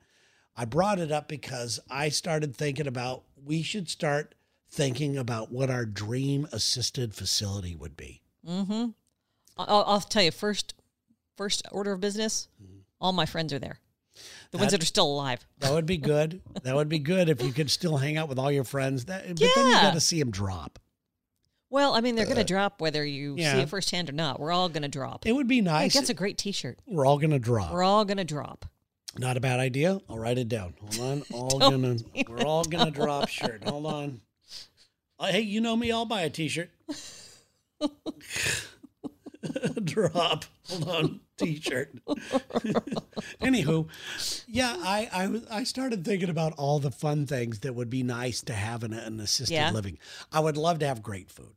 [SPEAKER 1] I brought it up because I started thinking about we should start thinking about what our dream assisted facility would be.
[SPEAKER 2] Mm-hmm. I'll, I'll tell you first. First order of business. All my friends are there. The
[SPEAKER 1] Mm-hmm.
[SPEAKER 2] ones
[SPEAKER 1] That-
[SPEAKER 2] that are still alive.
[SPEAKER 1] That would be good. that would be good if you could still hang out with all your friends. That, but then you
[SPEAKER 2] Yeah.
[SPEAKER 1] got to see them drop.
[SPEAKER 2] Well, I mean, they're going to drop whether you see
[SPEAKER 1] Uh, yeah.
[SPEAKER 2] it firsthand or not. We're all going to drop.
[SPEAKER 1] It would be
[SPEAKER 2] Hey,
[SPEAKER 1] nice.
[SPEAKER 2] that's a great T-shirt.
[SPEAKER 1] We're all gonna drop.
[SPEAKER 2] We're all going to drop.
[SPEAKER 1] Not a bad idea. I'll write it down. Hold
[SPEAKER 2] <laughs>
[SPEAKER 1] on. All
[SPEAKER 2] Don't
[SPEAKER 1] gonna we're all gonna drop shirt. Hold on. Uh, Hey, you know me, I'll buy a t-shirt.
[SPEAKER 2] <laughs>
[SPEAKER 1] <laughs> drop. Hold on. T-shirt. <laughs> Anywho, yeah, I, I was- I started thinking about all the fun things that would be nice to have in a- an assisted
[SPEAKER 2] Yeah.
[SPEAKER 1] living. I would love to have great food.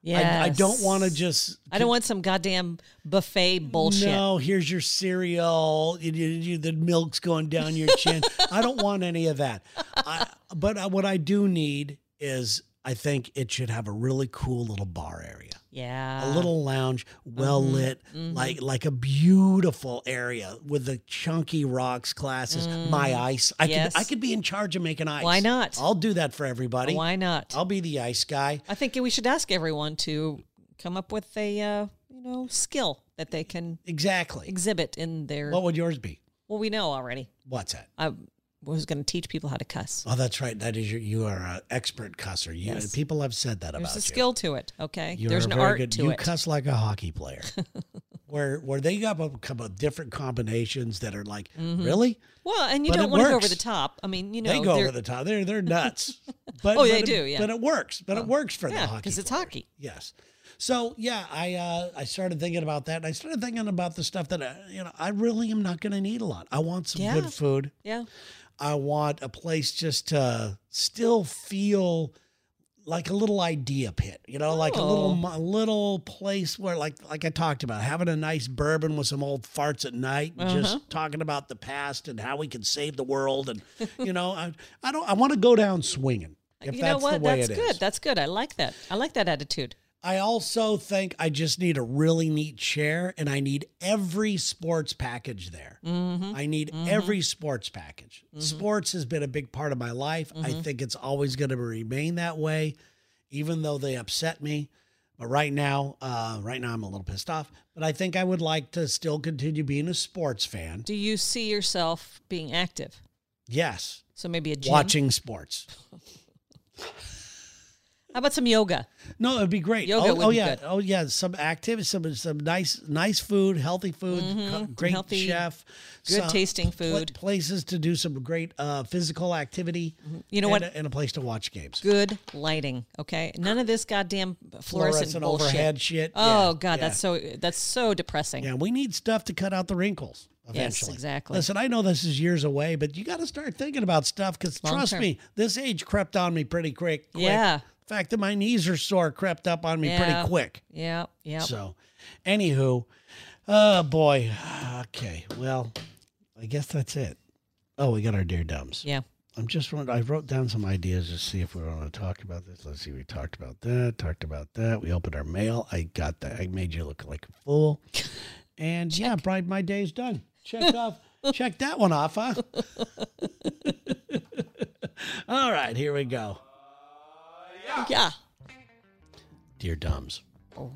[SPEAKER 2] Yeah.
[SPEAKER 1] I, I don't want to just
[SPEAKER 2] I don't want some goddamn buffet bullshit.
[SPEAKER 1] no, here's your cereal. You- you- you- the milk's going down your
[SPEAKER 2] <laughs>
[SPEAKER 1] chin. I don't want any of that. I, but I, what I do need is I think it should have a really cool little bar area,
[SPEAKER 2] Yeah.
[SPEAKER 1] a little lounge, well
[SPEAKER 2] Mm-hmm.
[SPEAKER 1] lit, like like a beautiful area with the chunky rocks classes. My ice. I
[SPEAKER 2] Mm. Yes.
[SPEAKER 1] could I could be in charge of making ice.
[SPEAKER 2] Why not?
[SPEAKER 1] I'll do that for everybody.
[SPEAKER 2] Why not?
[SPEAKER 1] I'll be the ice guy.
[SPEAKER 2] I think we should ask everyone to come up with a uh, you know skill that they can
[SPEAKER 1] Exactly.
[SPEAKER 2] exhibit in their.
[SPEAKER 1] What would yours be?
[SPEAKER 2] Well, we know already.
[SPEAKER 1] What's that?
[SPEAKER 2] I was going to teach people how to cuss.
[SPEAKER 1] Oh, that's right. That is your, you are an expert cusser. You,
[SPEAKER 2] Yes.
[SPEAKER 1] People have said that
[SPEAKER 2] There's
[SPEAKER 1] about
[SPEAKER 2] a
[SPEAKER 1] you.
[SPEAKER 2] skill to it. Okay.
[SPEAKER 1] You're
[SPEAKER 2] There's
[SPEAKER 1] a
[SPEAKER 2] an
[SPEAKER 1] very
[SPEAKER 2] art
[SPEAKER 1] good-
[SPEAKER 2] to
[SPEAKER 1] you
[SPEAKER 2] it.
[SPEAKER 1] cuss like a hockey
[SPEAKER 2] <laughs>
[SPEAKER 1] player. where where they got a couple of different combinations that are like,
[SPEAKER 2] Mm-hmm.
[SPEAKER 1] really?
[SPEAKER 2] Well, and you
[SPEAKER 1] But
[SPEAKER 2] don't
[SPEAKER 1] it
[SPEAKER 2] want to go
[SPEAKER 1] works.
[SPEAKER 2] over the top. I mean, you know,
[SPEAKER 1] they go
[SPEAKER 2] they're-
[SPEAKER 1] over the top. They're they're
[SPEAKER 2] <laughs>
[SPEAKER 1] nuts. But
[SPEAKER 2] Oh,
[SPEAKER 1] but
[SPEAKER 2] they
[SPEAKER 1] it-
[SPEAKER 2] do, yeah. Oh.
[SPEAKER 1] But it works. But it works for the
[SPEAKER 2] yeah,
[SPEAKER 1] hockey.
[SPEAKER 2] because it's
[SPEAKER 1] players.
[SPEAKER 2] hockey.
[SPEAKER 1] Yes. So yeah, I uh, I started thinking about that, and I started thinking about the stuff that I, you know I really am not going to need a lot. I want some
[SPEAKER 2] Yeah.
[SPEAKER 1] good food.
[SPEAKER 2] Yeah.
[SPEAKER 1] I want a place just to still feel like a little idea pit, you know, like a little
[SPEAKER 2] Oh.
[SPEAKER 1] mo- a little place where like like I talked about having a nice bourbon with some old farts at night and
[SPEAKER 2] Uh-huh.
[SPEAKER 1] just talking about the past and how we can save the world and you know, I I don't I want to go down swinging. If
[SPEAKER 2] you
[SPEAKER 1] that's
[SPEAKER 2] know what?
[SPEAKER 1] the way
[SPEAKER 2] that's
[SPEAKER 1] it is.
[SPEAKER 2] good. That's good. I like that. I like that attitude.
[SPEAKER 1] I also think I just need a really neat chair and I need every sports package there.
[SPEAKER 2] Mm-hmm.
[SPEAKER 1] I need every sports package. Sports has been a big part of my life.
[SPEAKER 2] Mm-hmm.
[SPEAKER 1] I think it's always going to remain that way, even though they upset me. But right now, uh, right now I'm a little pissed off. But I think I would like to still continue being a sports fan.
[SPEAKER 2] Do you see yourself being active?
[SPEAKER 1] Yes,
[SPEAKER 2] So maybe a gym.
[SPEAKER 1] watching sports.
[SPEAKER 2] How about some yoga?
[SPEAKER 1] No, it'd be great.
[SPEAKER 2] Yoga
[SPEAKER 1] oh,
[SPEAKER 2] would
[SPEAKER 1] oh
[SPEAKER 2] be
[SPEAKER 1] yeah,
[SPEAKER 2] good.
[SPEAKER 1] oh yeah, some activity, some some nice nice food, healthy food, co- great
[SPEAKER 2] Mm-hmm. Healthy,
[SPEAKER 1] chef,
[SPEAKER 2] good
[SPEAKER 1] some
[SPEAKER 2] tasting
[SPEAKER 1] pl-
[SPEAKER 2] food.
[SPEAKER 1] places to do some great uh, physical activity.
[SPEAKER 2] Mm-hmm. You know
[SPEAKER 1] and uh,
[SPEAKER 2] what?
[SPEAKER 1] a- and a place to watch games.
[SPEAKER 2] Good lighting. Okay. None of this goddamn fluorescent,
[SPEAKER 1] fluorescent
[SPEAKER 2] bullshit.
[SPEAKER 1] overhead shit.
[SPEAKER 2] Oh
[SPEAKER 1] Yeah,
[SPEAKER 2] God,
[SPEAKER 1] yeah.
[SPEAKER 2] that's so that's so depressing.
[SPEAKER 1] yeah. We need stuff to cut out the wrinkles. Eventually.
[SPEAKER 2] exactly.
[SPEAKER 1] Listen, I know this is years away, but you got to start thinking about stuff because
[SPEAKER 2] Long
[SPEAKER 1] trust
[SPEAKER 2] term.
[SPEAKER 1] me, this age crept on me pretty quick. quick.
[SPEAKER 2] Yeah.
[SPEAKER 1] fact that my knees are sore crept up on me
[SPEAKER 2] Yeah.
[SPEAKER 1] pretty quick.
[SPEAKER 2] Yeah, yeah.
[SPEAKER 1] So, anywho, oh boy. Okay. Well, I guess that's it. Oh, we got our dear dumbs.
[SPEAKER 2] yeah.
[SPEAKER 1] I'm just wondering. I wrote down some ideas to see if we want to talk about this. Let's see. We talked about that. Talked about that. We opened our mail. I got that. I made you look like a fool. And yeah, Brian, my day's done. Check off. Check that one off, huh? <laughs> All right, here we go. Ah!
[SPEAKER 2] Yeah.
[SPEAKER 1] Dear Doms.
[SPEAKER 2] Oh.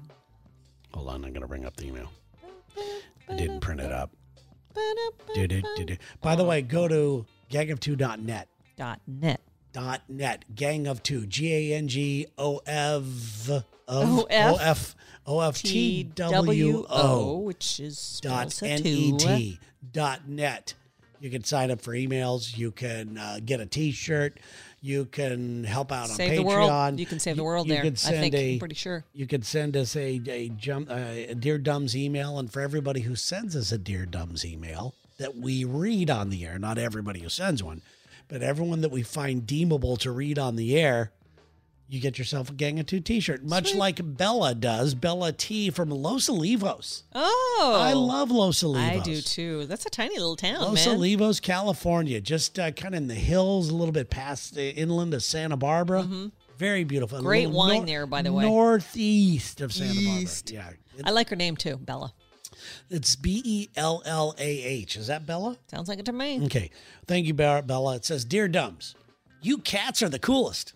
[SPEAKER 1] Hold on, I'm gonna bring up the email. I didn't print it up.
[SPEAKER 2] Oh.
[SPEAKER 1] Did it? Did it? By the way, go to gagoftu.net
[SPEAKER 2] Dot net.
[SPEAKER 1] dot net. Gang of two. G A N G O F of O
[SPEAKER 2] O F
[SPEAKER 1] F O F T W
[SPEAKER 2] T-W-O,
[SPEAKER 1] O
[SPEAKER 2] which is
[SPEAKER 1] dot
[SPEAKER 2] dot
[SPEAKER 1] N E
[SPEAKER 2] uh,
[SPEAKER 1] T dot net. You can sign up for emails. You can uh, get a t shirt. You can help out
[SPEAKER 2] Save the
[SPEAKER 1] on Patreon.
[SPEAKER 2] world. You can save the world
[SPEAKER 1] you
[SPEAKER 2] there.
[SPEAKER 1] could
[SPEAKER 2] I
[SPEAKER 1] send
[SPEAKER 2] think.
[SPEAKER 1] a-
[SPEAKER 2] I'm pretty sure.
[SPEAKER 1] you could send us a, a, jump, uh, a Dear Dumbs email. And for everybody who sends us a Dear Dumbs email that we read on the air, not everybody who sends one, but everyone that we find deemable to read on the air, you get yourself a Gang of Two t shirt, much
[SPEAKER 2] Sweet.
[SPEAKER 1] like Bella does, Bella T from Los Olivos.
[SPEAKER 2] Oh,
[SPEAKER 1] I love Oh, Los Olivos.
[SPEAKER 2] I do too. That's a tiny little town,
[SPEAKER 1] Los
[SPEAKER 2] man.
[SPEAKER 1] Olivos, California, just uh, kind of in the hills, a little bit past the inland of Santa Barbara. Very beautiful. A
[SPEAKER 2] Mm-hmm. Great
[SPEAKER 1] little
[SPEAKER 2] wine there, by the way.
[SPEAKER 1] Northeast of Santa
[SPEAKER 2] East.
[SPEAKER 1] Barbara. Yeah,
[SPEAKER 2] I like her name too, Bella.
[SPEAKER 1] it's B E L L A H. Is that Bella?
[SPEAKER 2] Sounds like it to me.
[SPEAKER 1] Okay. Thank you, Bar- Bella. It says, "Dear Dumbs, you cats are the coolest.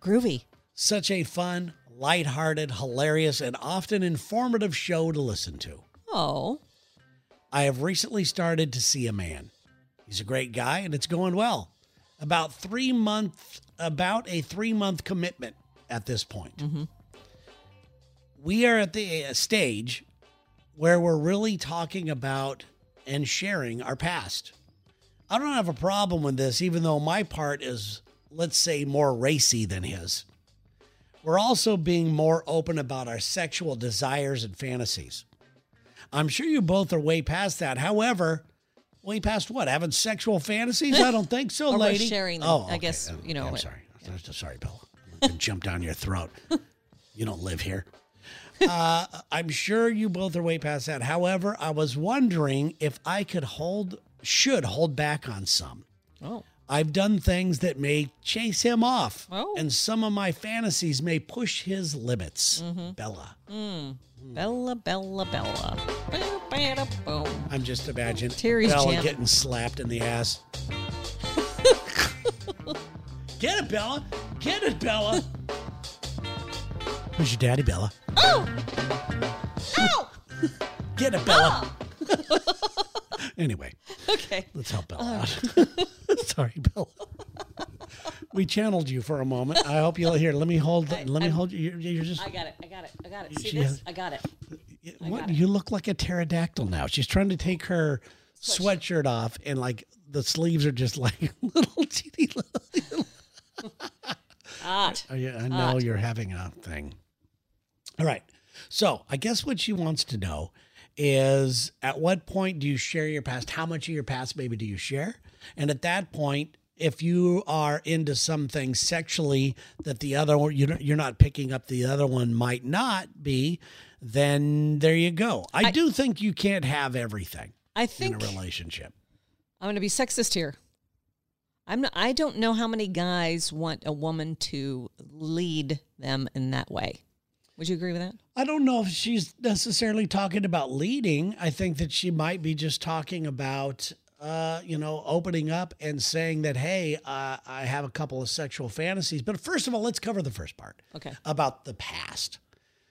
[SPEAKER 2] Groovy.
[SPEAKER 1] Such a fun, lighthearted, hilarious, and often informative show to listen to."
[SPEAKER 2] Oh,
[SPEAKER 1] I have recently started to see a man. He's a great guy and it's going well. About three month, about a three month commitment at this point. We are at the uh, stage where we're really talking about and sharing our past. I don't have a problem with this, even though my part is, let's say, more racy than his. We're also being more open about our sexual desires and fantasies. I'm sure you both are way past that. However, way past what? Having sexual fantasies? I don't think so,
[SPEAKER 2] <laughs> Or we're
[SPEAKER 1] lady. Oh,
[SPEAKER 2] sharing them. I guess, you know,
[SPEAKER 1] I'm
[SPEAKER 2] it-
[SPEAKER 1] sorry. I'm so sorry, Bill. I'm gonna jump down your throat. You don't live
[SPEAKER 2] <laughs>
[SPEAKER 1] here. Uh, I'm sure you both are way past that. However, I was wondering if I could hold, should hold back on some.
[SPEAKER 2] oh,
[SPEAKER 1] I've done things that may chase him off,
[SPEAKER 2] Oh.
[SPEAKER 1] and some of my fantasies may push his limits.
[SPEAKER 2] Mm-hmm.
[SPEAKER 1] Bella, Mm.
[SPEAKER 2] Bella, Bella, Bella. Boom, bada, boom.
[SPEAKER 1] I'm just imagining
[SPEAKER 2] Terry's
[SPEAKER 1] Bella
[SPEAKER 2] jamming.
[SPEAKER 1] getting slapped in the
[SPEAKER 2] <laughs>
[SPEAKER 1] ass. Get it, Bella. Get it, Bella. Who's your daddy, Bella?
[SPEAKER 2] Oh, oh.
[SPEAKER 1] Get it, Bella.
[SPEAKER 2] Ah.
[SPEAKER 1] <laughs> anyway.
[SPEAKER 2] <laughs> Okay.
[SPEAKER 1] Let's help Bella
[SPEAKER 2] Uh.
[SPEAKER 1] out. <laughs> Sorry, Bella. we channeled you for a moment. I hope you'll hear. Let me hold.
[SPEAKER 2] <laughs> I-
[SPEAKER 1] let me
[SPEAKER 2] I'm-
[SPEAKER 1] hold you. You're, you're just.
[SPEAKER 2] I got it. I got it. I got it. See
[SPEAKER 1] She
[SPEAKER 2] this?
[SPEAKER 1] has-
[SPEAKER 2] I got it.
[SPEAKER 1] what
[SPEAKER 2] got it.
[SPEAKER 1] you look like a pterodactyl now. She's trying to take her sweatshirt off, and like the sleeves are just like <laughs> little teeny. Little.
[SPEAKER 2] Hot.
[SPEAKER 1] Oh, yeah, I know
[SPEAKER 2] Hot.
[SPEAKER 1] you're having a thing. All right. So I guess what she wants to know is at what point do you share your past? How much of your past maybe do you share? And at that point, if you are into something sexually that the other one you're you're not picking up, the other one might not be, then there you go. I,
[SPEAKER 2] I-
[SPEAKER 1] do think you can't have everything
[SPEAKER 2] I
[SPEAKER 1] in a
[SPEAKER 2] think
[SPEAKER 1] relationship.
[SPEAKER 2] I'm going to be sexist here. I'm not, I don't know how many guys want a woman to lead them in that way. Would you agree with that?
[SPEAKER 1] I don't know if she's necessarily talking about leading. I think that she might be just talking about, uh, you know, opening up and saying that, hey, uh, I have a couple of sexual fantasies. But first of all, let's cover the first part
[SPEAKER 2] Okay.
[SPEAKER 1] about the past.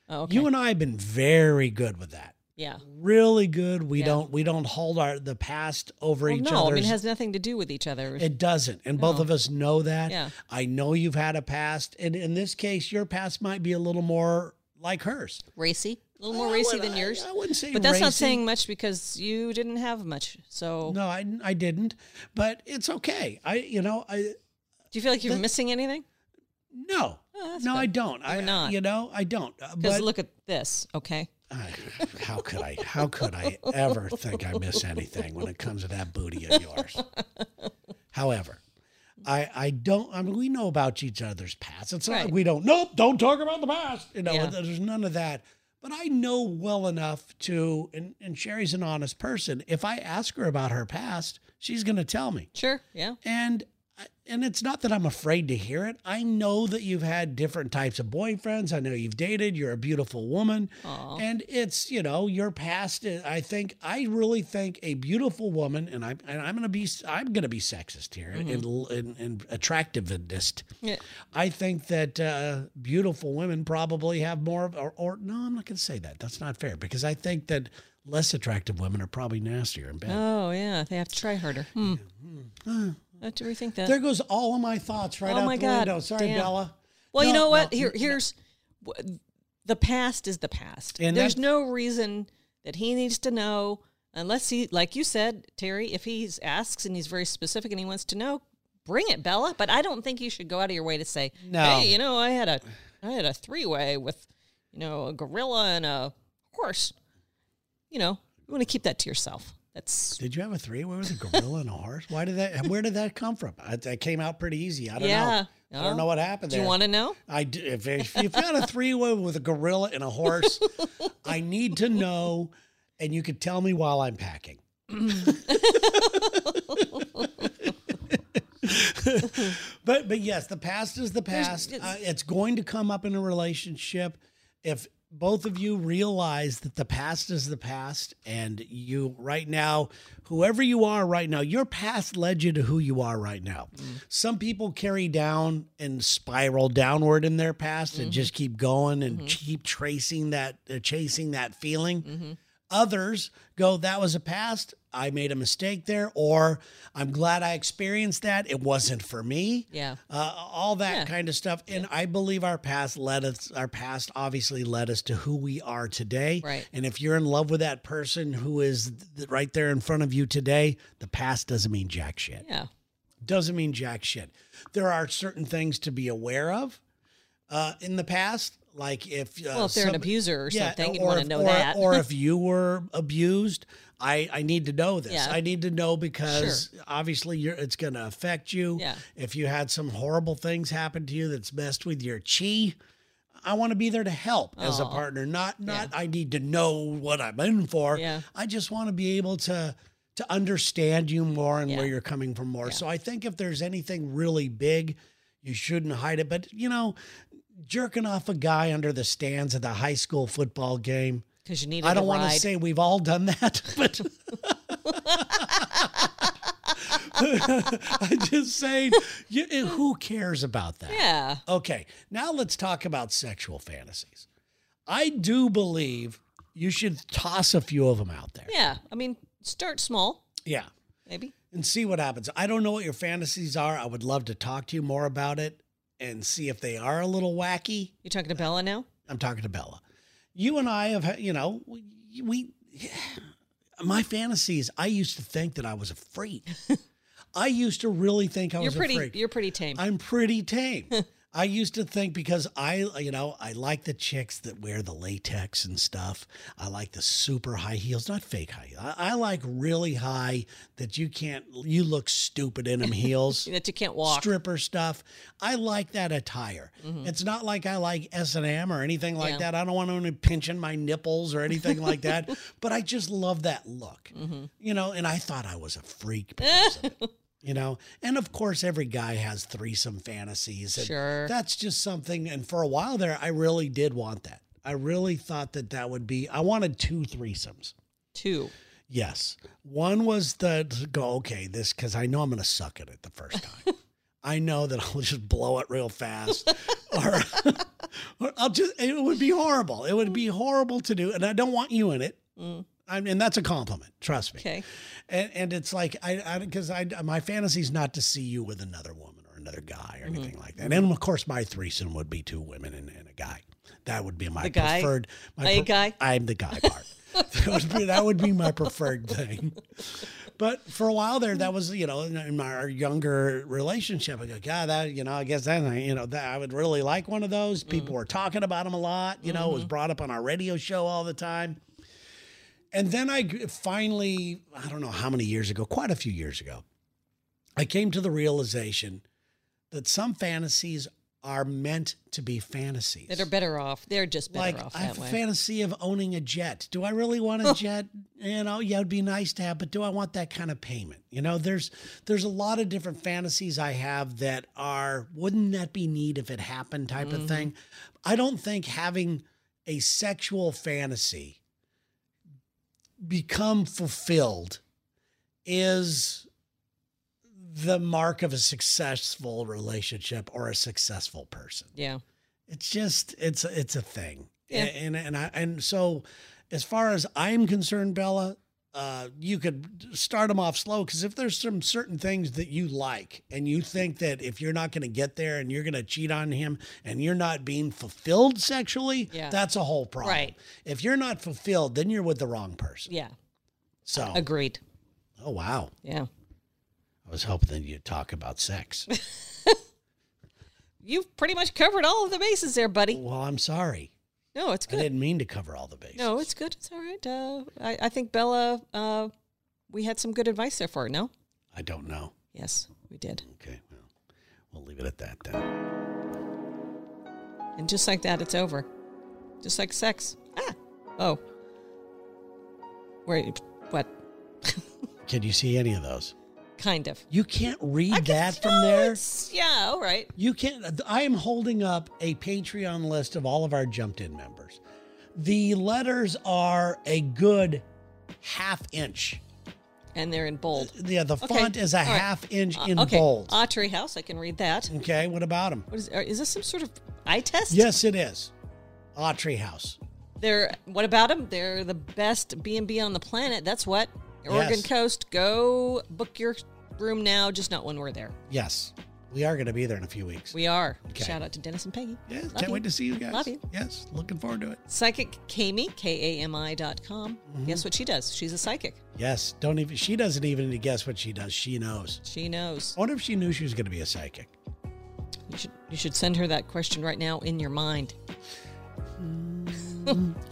[SPEAKER 2] Oh, okay.
[SPEAKER 1] You and I have been very good with that.
[SPEAKER 2] yeah.
[SPEAKER 1] Really good. We
[SPEAKER 2] Yeah.
[SPEAKER 1] don't we don't hold our the past over
[SPEAKER 2] Well,
[SPEAKER 1] each
[SPEAKER 2] no, I
[SPEAKER 1] other's
[SPEAKER 2] mean, it has nothing to do with each other.
[SPEAKER 1] it doesn't. And both
[SPEAKER 2] No.
[SPEAKER 1] of us know that.
[SPEAKER 2] Yeah.
[SPEAKER 1] I know you've had a past. And in this case, your past might be a little more like hers.
[SPEAKER 2] racy, a little more
[SPEAKER 1] I
[SPEAKER 2] racy
[SPEAKER 1] would-
[SPEAKER 2] than
[SPEAKER 1] Oh, I-
[SPEAKER 2] yours.
[SPEAKER 1] I, wouldn't say
[SPEAKER 2] but that's not
[SPEAKER 1] racy.
[SPEAKER 2] saying much because you didn't have much. So
[SPEAKER 1] No, I, I didn't. But it's okay. I you know I
[SPEAKER 2] do you feel like you're
[SPEAKER 1] That-
[SPEAKER 2] missing anything?
[SPEAKER 1] no
[SPEAKER 2] Oh, that's
[SPEAKER 1] no
[SPEAKER 2] good.
[SPEAKER 1] I don't. I
[SPEAKER 2] You're not.
[SPEAKER 1] you know I don't. Uh,
[SPEAKER 2] Because
[SPEAKER 1] But
[SPEAKER 2] look at this. Okay.
[SPEAKER 1] I- how could I how could I ever think I miss anything when it comes to that booty of yours? However. I, I don't I mean we know about each other's past. It's not like
[SPEAKER 2] Right.
[SPEAKER 1] we don't nope, don't talk about the past. You know,
[SPEAKER 2] Yeah.
[SPEAKER 1] there's none of that. But I know well enough to and, and Sherry's an honest person. If I ask her about her past, she's gonna tell me.
[SPEAKER 2] Sure. Yeah.
[SPEAKER 1] and uh, and it's not that I'm afraid to hear it. I know that you've had different types of boyfriends. I know you've dated. You're a beautiful woman.
[SPEAKER 2] Aw.
[SPEAKER 1] And it's, you know, your past is- I think I really think a beautiful woman and I and I'm going to be I'm going to be sexist here and, and and attractivist.
[SPEAKER 2] Yeah.
[SPEAKER 1] I think that uh, beautiful women probably have more of, or, or no, I'm not going to say that. That's not fair because I think that less attractive women are probably nastier and bad.
[SPEAKER 2] Oh yeah, they have to try harder. Hmm.
[SPEAKER 1] Uh,
[SPEAKER 2] I have to rethink that.
[SPEAKER 1] There goes all of my thoughts right
[SPEAKER 2] Oh
[SPEAKER 1] out
[SPEAKER 2] my
[SPEAKER 1] the
[SPEAKER 2] God,
[SPEAKER 1] window. Sorry,
[SPEAKER 2] damn.
[SPEAKER 1] Bella.
[SPEAKER 2] well, you
[SPEAKER 1] No,
[SPEAKER 2] know what?
[SPEAKER 1] no,
[SPEAKER 2] Here,
[SPEAKER 1] no.
[SPEAKER 2] here's w- the past is the past.
[SPEAKER 1] And
[SPEAKER 2] There's
[SPEAKER 1] that's-
[SPEAKER 2] no reason that he needs to know unless he, like you said, Terry. If he asks and he's very specific and he wants to know, bring it, Bella. But I don't think you should go out of your way to say,
[SPEAKER 1] No.
[SPEAKER 2] Hey, you know, I had a, I had a three way with, you know, a gorilla and a horse. You know, you want to keep that to yourself. That's
[SPEAKER 1] Did you have a three? Where was a gorilla and a horse? Why did that? Where did that come from? I, that came out pretty easy. I don't
[SPEAKER 2] yeah.
[SPEAKER 1] know. I don't know what happened
[SPEAKER 2] Do
[SPEAKER 1] there.
[SPEAKER 2] you want to know?
[SPEAKER 1] I do, if, if you've got a three way with a gorilla and a
[SPEAKER 2] <laughs>
[SPEAKER 1] horse, I need to know, and you could tell me while I'm
[SPEAKER 2] <laughs>
[SPEAKER 1] packing. but but yes, the past is the
[SPEAKER 2] There's-
[SPEAKER 1] past.
[SPEAKER 2] it's-
[SPEAKER 1] Uh, it's going to come up in a relationship if both of you realize that the past is the past, and you right now, whoever you are right now, your past led you to who you are right now.
[SPEAKER 2] Mm.
[SPEAKER 1] Some people carry down and spiral downward in their past
[SPEAKER 2] Mm-hmm.
[SPEAKER 1] and just keep going and keep tracing that, uh, chasing that feeling.
[SPEAKER 2] Mm-hmm.
[SPEAKER 1] Others go, that was a past. I made a mistake there, or I'm glad I experienced that. It wasn't for me
[SPEAKER 2] Yeah.
[SPEAKER 1] uh, all that
[SPEAKER 2] Yeah.
[SPEAKER 1] kind of stuff. And I believe our past led us, our past obviously led us to who we are today.
[SPEAKER 2] Right.
[SPEAKER 1] And if you're in love with that person who is th- right there in front of you today, the past doesn't mean jack shit.
[SPEAKER 2] Yeah.
[SPEAKER 1] Doesn't mean jack shit. There are certain things to be aware of uh, in the past. Like if uh,
[SPEAKER 2] Well, if they're an
[SPEAKER 1] some-
[SPEAKER 2] abuser or something, you'd
[SPEAKER 1] or
[SPEAKER 2] want to
[SPEAKER 1] if-
[SPEAKER 2] know
[SPEAKER 1] or-
[SPEAKER 2] that.
[SPEAKER 1] or
[SPEAKER 2] <laughs>
[SPEAKER 1] if you were abused, I, I need to know this.
[SPEAKER 2] Yeah.
[SPEAKER 1] I need to know because obviously you're, it's going to affect you.
[SPEAKER 2] Yeah.
[SPEAKER 1] If you had some horrible things happen to you that's messed with your chi, I want to be there to help as a
[SPEAKER 2] Aw.
[SPEAKER 1] partner. Not not I need to know what I'm in for.
[SPEAKER 2] Yeah.
[SPEAKER 1] I just want to be able to to understand you more and
[SPEAKER 2] Yeah.
[SPEAKER 1] where you're coming from more. So I think if there's anything really big, you shouldn't hide it. But you know, jerking off a guy under the stands at the high school football game.
[SPEAKER 2] Because you need
[SPEAKER 1] I don't
[SPEAKER 2] want
[SPEAKER 1] want to say we've all done that, <laughs> but I just say, you, eh, who cares about that?
[SPEAKER 2] Yeah.
[SPEAKER 1] Okay, now let's talk about sexual fantasies. I do believe you should toss a few of them out there.
[SPEAKER 2] Yeah. I mean, start small,
[SPEAKER 1] Yeah.
[SPEAKER 2] maybe.
[SPEAKER 1] And see what happens. I don't know what your fantasies are. I would love to talk to you more about it and see if they are a little wacky.
[SPEAKER 2] You're talking to Bella now?
[SPEAKER 1] I'm talking to Bella. You and I have, had- you know, we, we <sighs> my fantasies, I used to think that I was a freak.
[SPEAKER 2] <laughs>
[SPEAKER 1] I used to really think I
[SPEAKER 2] You're
[SPEAKER 1] was
[SPEAKER 2] pretty
[SPEAKER 1] a freak.
[SPEAKER 2] you're pretty tame.
[SPEAKER 1] I'm pretty tame. <laughs> I used to think because I, you know, I like the chicks that wear the latex and stuff. I like the super high heels, not fake high. heels. I, I like really high that you can't, you look stupid
[SPEAKER 2] <laughs>
[SPEAKER 1] in them heels.
[SPEAKER 2] that you can't walk. <laughs> Mm-hmm.
[SPEAKER 1] Stripper stuff. I like that attire. It's not like I like S and M or anything like
[SPEAKER 2] Yeah.
[SPEAKER 1] that. I don't want anyone pinching my nipples or anything like
[SPEAKER 2] <laughs>
[SPEAKER 1] that. But I just love that look,
[SPEAKER 2] Mm-hmm.
[SPEAKER 1] you know. And I thought I was a freak because of it, you know. And of course, every guy has threesome fantasies. And
[SPEAKER 2] Sure.
[SPEAKER 1] That's just something. And for a while there, I really did want that. I really thought that that would be. I wanted two threesomes.
[SPEAKER 2] Two.
[SPEAKER 1] Yes. One was the to go, okay, this, because I know I'm going to suck at it the first
[SPEAKER 2] <laughs>
[SPEAKER 1] time. I know that I'll just blow it real fast <laughs> or, or I'll just, it would be horrible. It would be horrible to do. And I don't want you in it. I mean, that's a compliment. Trust me.
[SPEAKER 2] Mm. Okay.
[SPEAKER 1] And, and it's like, I, I, cause I, my fantasy is not to see you with another woman or another guy or
[SPEAKER 2] Mm-hmm.
[SPEAKER 1] anything like that. And of course my threesome would be two women and, and a guy. That would be my
[SPEAKER 2] The guy?
[SPEAKER 1] preferred. My
[SPEAKER 2] Are you guy?
[SPEAKER 1] I'm the guy
[SPEAKER 2] <laughs>
[SPEAKER 1] part. that, would be, that would be my preferred thing. But for a while there, that was you know in, in my our younger relationship. I go, God, that you know, I guess that you know that I would really like one of those.
[SPEAKER 2] Mm.
[SPEAKER 1] People were talking about them a lot. You know, it was
[SPEAKER 2] Mm-hmm.
[SPEAKER 1] brought up on our radio show all the time. And then I g- finally, I don't know how many years ago, quite a few years ago, I came to the realization that some fantasies are meant to be fantasies
[SPEAKER 2] That are better off. They're just better
[SPEAKER 1] like
[SPEAKER 2] off
[SPEAKER 1] I
[SPEAKER 2] that
[SPEAKER 1] have a
[SPEAKER 2] way.
[SPEAKER 1] fantasy of owning a jet. Do I really want
[SPEAKER 2] <laughs>
[SPEAKER 1] a jet? You know, yeah, it'd be nice to have, but do I want that kind of payment? You know, there's there's a lot of different fantasies I have that are wouldn't that be neat if it happened type of thing.
[SPEAKER 2] Mm-hmm.
[SPEAKER 1] I don't think having a sexual fantasy become fulfilled is the mark of a successful relationship or a successful person
[SPEAKER 2] yeah.
[SPEAKER 1] it's just it's it's a thing
[SPEAKER 2] Yeah.
[SPEAKER 1] and and I, and so as far as i'm concerned bella uh, you could start them off slow because if there's some certain things that you like and you think that if you're not going to get there and you're going to cheat on him and you're not being fulfilled sexually,
[SPEAKER 2] Yeah.
[SPEAKER 1] that's a whole problem.
[SPEAKER 2] Right.
[SPEAKER 1] If you're not fulfilled, then you're with the wrong person.
[SPEAKER 2] Yeah.
[SPEAKER 1] So,
[SPEAKER 2] Agreed.
[SPEAKER 1] oh wow,
[SPEAKER 2] Yeah.
[SPEAKER 1] I was hoping that you'd talk about
[SPEAKER 2] <laughs>
[SPEAKER 1] sex.
[SPEAKER 2] You've pretty much covered all of the bases there, buddy.
[SPEAKER 1] well, I'm sorry,
[SPEAKER 2] No, it's
[SPEAKER 1] I
[SPEAKER 2] good.
[SPEAKER 1] didn't mean to cover all the bases.
[SPEAKER 2] No, it's good. It's all right. Uh, I, I think Bella, uh, we had some good advice there for her, no?
[SPEAKER 1] I don't know.
[SPEAKER 2] Yes, we did.
[SPEAKER 1] Okay, well, we'll leave it at that then.
[SPEAKER 2] And just like that, it's over. Just like sex. Ah. Oh. Where? What?
[SPEAKER 1] Can you see any of those?
[SPEAKER 2] Kind of.
[SPEAKER 1] You can't read
[SPEAKER 2] I can
[SPEAKER 1] that from
[SPEAKER 2] tell
[SPEAKER 1] there.
[SPEAKER 2] it's- Yeah. All right.
[SPEAKER 1] You can't. I am holding up a Patreon list of all of our jumped in members. The letters are a good half inch.
[SPEAKER 2] And they're in bold.
[SPEAKER 1] Yeah, the
[SPEAKER 2] Okay,
[SPEAKER 1] font is a
[SPEAKER 2] all right.
[SPEAKER 1] half inch
[SPEAKER 2] Uh,
[SPEAKER 1] in
[SPEAKER 2] okay.
[SPEAKER 1] bold.
[SPEAKER 2] Autry House. I can read that.
[SPEAKER 1] okay, what about them?
[SPEAKER 2] What is? Or is this some sort of eye test?
[SPEAKER 1] Yes, it is. Autry House.
[SPEAKER 2] They're. What about them? They're the best B and B on the planet. That's what. Oregon
[SPEAKER 1] Yes.
[SPEAKER 2] Coast. Go book your room now. Just not when we're there.
[SPEAKER 1] Yes, we are going to be there in a few weeks.
[SPEAKER 2] We are.
[SPEAKER 1] Okay.
[SPEAKER 2] Shout out to Dennis and Peggy.
[SPEAKER 1] yeah,
[SPEAKER 2] Love
[SPEAKER 1] can't
[SPEAKER 2] you.
[SPEAKER 1] wait to see you guys.
[SPEAKER 2] Love you.
[SPEAKER 1] Yes, looking forward to it.
[SPEAKER 2] Psychic Kami, K A M I dot com.
[SPEAKER 1] Mm-hmm.
[SPEAKER 2] Guess what she does? She's a psychic.
[SPEAKER 1] Yes, don't even. She doesn't even need to guess what she does. She knows.
[SPEAKER 2] She knows.
[SPEAKER 1] I wonder if she knew she was going to be a psychic.
[SPEAKER 2] You should you should send her that question right now in your mind.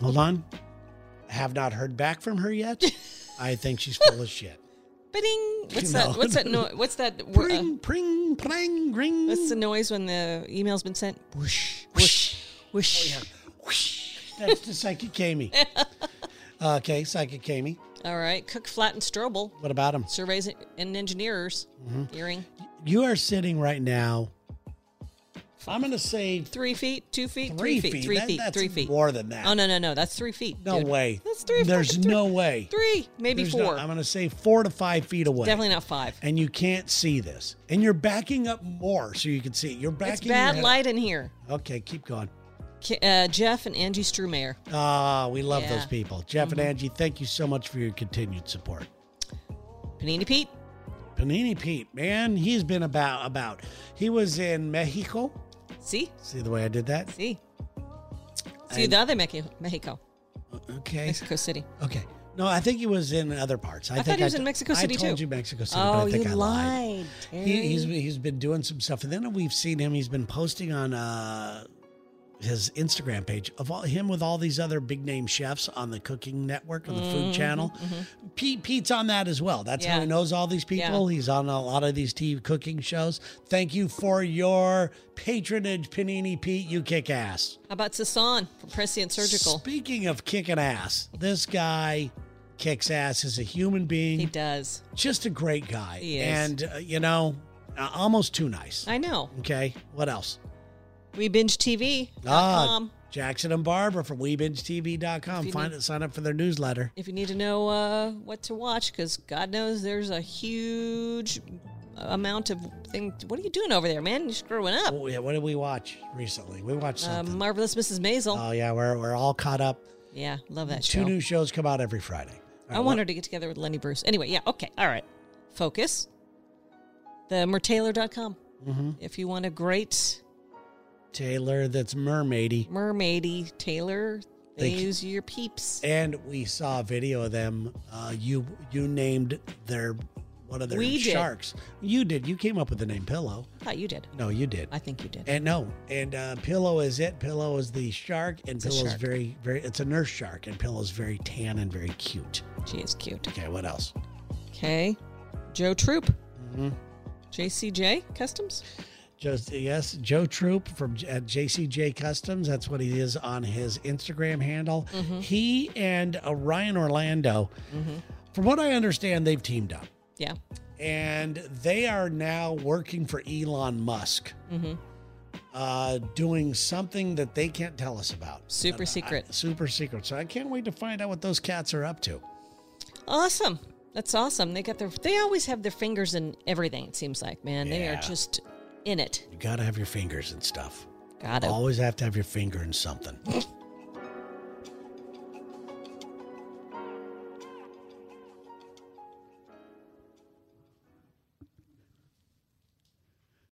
[SPEAKER 1] Hold on. Have not heard back from her
[SPEAKER 2] <laughs>
[SPEAKER 1] yet. I think she's full of shit.
[SPEAKER 2] Ba-ding! What's
[SPEAKER 1] No.
[SPEAKER 2] that? What's that?
[SPEAKER 1] <laughs>
[SPEAKER 2] No, what's that? wor- uh,
[SPEAKER 1] Pring, pring, prang, ring.
[SPEAKER 2] what's the noise when the email's been sent? Whoosh, whoosh,
[SPEAKER 1] Oh,
[SPEAKER 2] whoosh.
[SPEAKER 1] Whoosh. That's the psychic
[SPEAKER 2] <laughs>
[SPEAKER 1] Kami. okay, psychic Kami.
[SPEAKER 2] All right, Cook, Flat, and Strobel,
[SPEAKER 1] What about him?
[SPEAKER 2] surveys and engineers,
[SPEAKER 1] Mm-hmm.
[SPEAKER 2] hearing
[SPEAKER 1] You are sitting right now. I'm going to say
[SPEAKER 2] three feet, two feet,
[SPEAKER 1] three,
[SPEAKER 2] feet,
[SPEAKER 1] feet.
[SPEAKER 2] three
[SPEAKER 1] That-
[SPEAKER 2] feet,
[SPEAKER 1] that's
[SPEAKER 2] three feet.
[SPEAKER 1] More than that.
[SPEAKER 2] Oh no, no, no, that's three feet.
[SPEAKER 1] No
[SPEAKER 2] dude.
[SPEAKER 1] way.
[SPEAKER 2] That's three.
[SPEAKER 1] There's
[SPEAKER 2] fucking three.
[SPEAKER 1] no way.
[SPEAKER 2] Three, maybe
[SPEAKER 1] There's no-
[SPEAKER 2] four.
[SPEAKER 1] I'm going to say four to five feet away.
[SPEAKER 2] Definitely not five.
[SPEAKER 1] And you can't see this. And you're backing up more so you can see. You're backing
[SPEAKER 2] It's
[SPEAKER 1] your
[SPEAKER 2] bad
[SPEAKER 1] head up.
[SPEAKER 2] light in here.
[SPEAKER 1] Okay, keep going.
[SPEAKER 2] K- Uh, Jeff and Angie Strumayer.
[SPEAKER 1] Ah, we love
[SPEAKER 2] Yeah. Mm-hmm.
[SPEAKER 1] those people. Jeff and Angie, thank you so much for your continued support.
[SPEAKER 2] Panini Pete.
[SPEAKER 1] Panini Pete, man, he's been about about. He was in Mexico.
[SPEAKER 2] See?
[SPEAKER 1] See the way I did that?
[SPEAKER 2] See? See
[SPEAKER 1] And-
[SPEAKER 2] the other Mexico, Mexico,
[SPEAKER 1] Okay.
[SPEAKER 2] Mexico City.
[SPEAKER 1] Okay. No, I think he was in other parts. I,
[SPEAKER 2] I
[SPEAKER 1] think
[SPEAKER 2] thought he was
[SPEAKER 1] t-
[SPEAKER 2] in Mexico
[SPEAKER 1] I
[SPEAKER 2] City,
[SPEAKER 1] told
[SPEAKER 2] too.
[SPEAKER 1] you Mexico City, but
[SPEAKER 2] Oh,
[SPEAKER 1] I think
[SPEAKER 2] you
[SPEAKER 1] I lied.
[SPEAKER 2] lied.
[SPEAKER 1] He, he's
[SPEAKER 2] Terry.
[SPEAKER 1] he's been doing some stuff, and then we've seen him. He's been posting on uh, his Instagram page of all, him with all these other big name chefs on the Cooking Network on the Food Channel. Pete Pete's on that as well. That's how
[SPEAKER 2] Mm-hmm, Yeah.
[SPEAKER 1] he knows all these people. He's on a lot of these TV cooking shows. Thank you for your patronage, Panini Pete. You kick ass.
[SPEAKER 2] How about Sasan from Prescient Surgical?
[SPEAKER 1] Speaking of kicking ass, this guy kicks ass as a human being.
[SPEAKER 2] He does.
[SPEAKER 1] Just a great guy,
[SPEAKER 2] He is.
[SPEAKER 1] and uh, you know, uh, almost too nice.
[SPEAKER 2] I know.
[SPEAKER 1] Okay, what else?
[SPEAKER 2] We binge TV.
[SPEAKER 1] Ah, Jackson and Barbara from WeBingeTV.com.
[SPEAKER 2] you
[SPEAKER 1] Find
[SPEAKER 2] need-
[SPEAKER 1] it, sign up for their newsletter.
[SPEAKER 2] If you need to know uh, what to watch, because God knows there's a huge amount of thing. What are you doing over there, man? You're screwing up.
[SPEAKER 1] Oh, yeah, what did we watch recently? We watched
[SPEAKER 2] Uh,
[SPEAKER 1] something.
[SPEAKER 2] Marvelous Mrs. Maisel.
[SPEAKER 1] oh yeah, we're we're all caught up.
[SPEAKER 2] yeah, love that
[SPEAKER 1] Two
[SPEAKER 2] show.
[SPEAKER 1] new shows come out every Friday.
[SPEAKER 2] I want her to get together with Lenny Bruce. Anyway, yeah, okay, all right. Focus. TheMertaylor.com.
[SPEAKER 1] Mm-hmm.
[SPEAKER 2] If you want a great
[SPEAKER 1] Taylor, that's mermaidy.
[SPEAKER 2] mermaidy tailor, they
[SPEAKER 1] Thank you.
[SPEAKER 2] use your peeps.
[SPEAKER 1] And we saw a video of them. Uh, you you named their one of their
[SPEAKER 2] We did.
[SPEAKER 1] sharks. You did. You came up with the name Pillow.
[SPEAKER 2] I thought you did.
[SPEAKER 1] No, you did.
[SPEAKER 2] I think you did.
[SPEAKER 1] And no, and uh, Pillow is it. Pillow is the shark, and
[SPEAKER 2] a
[SPEAKER 1] Pillow's
[SPEAKER 2] shark.
[SPEAKER 1] very, very. It's a nurse shark, and Pillow's very tan and very cute.
[SPEAKER 2] She is cute.
[SPEAKER 1] Okay, what else?
[SPEAKER 2] Okay. Joe Troop.
[SPEAKER 1] Mm-hmm.
[SPEAKER 2] JCJ Customs.
[SPEAKER 1] Just yes, Joe Troop from J- at JCJ Customs. That's what he is on his Instagram handle. He and uh, Ryan Orlando, from what I understand, they've teamed up,
[SPEAKER 2] Yeah.
[SPEAKER 1] and they are now working for Elon Musk. Uh, doing something that they can't tell us about.
[SPEAKER 2] Super
[SPEAKER 1] But I-
[SPEAKER 2] secret.
[SPEAKER 1] super secret. So I can't wait to find out what those cats are up to.
[SPEAKER 2] Awesome. That's awesome. They got their they always have their fingers in everything, it seems like, man. They are
[SPEAKER 1] Yeah.
[SPEAKER 2] just in it.
[SPEAKER 1] You gotta have your fingers and stuff.
[SPEAKER 2] Got it.
[SPEAKER 1] Always have to have your finger in something.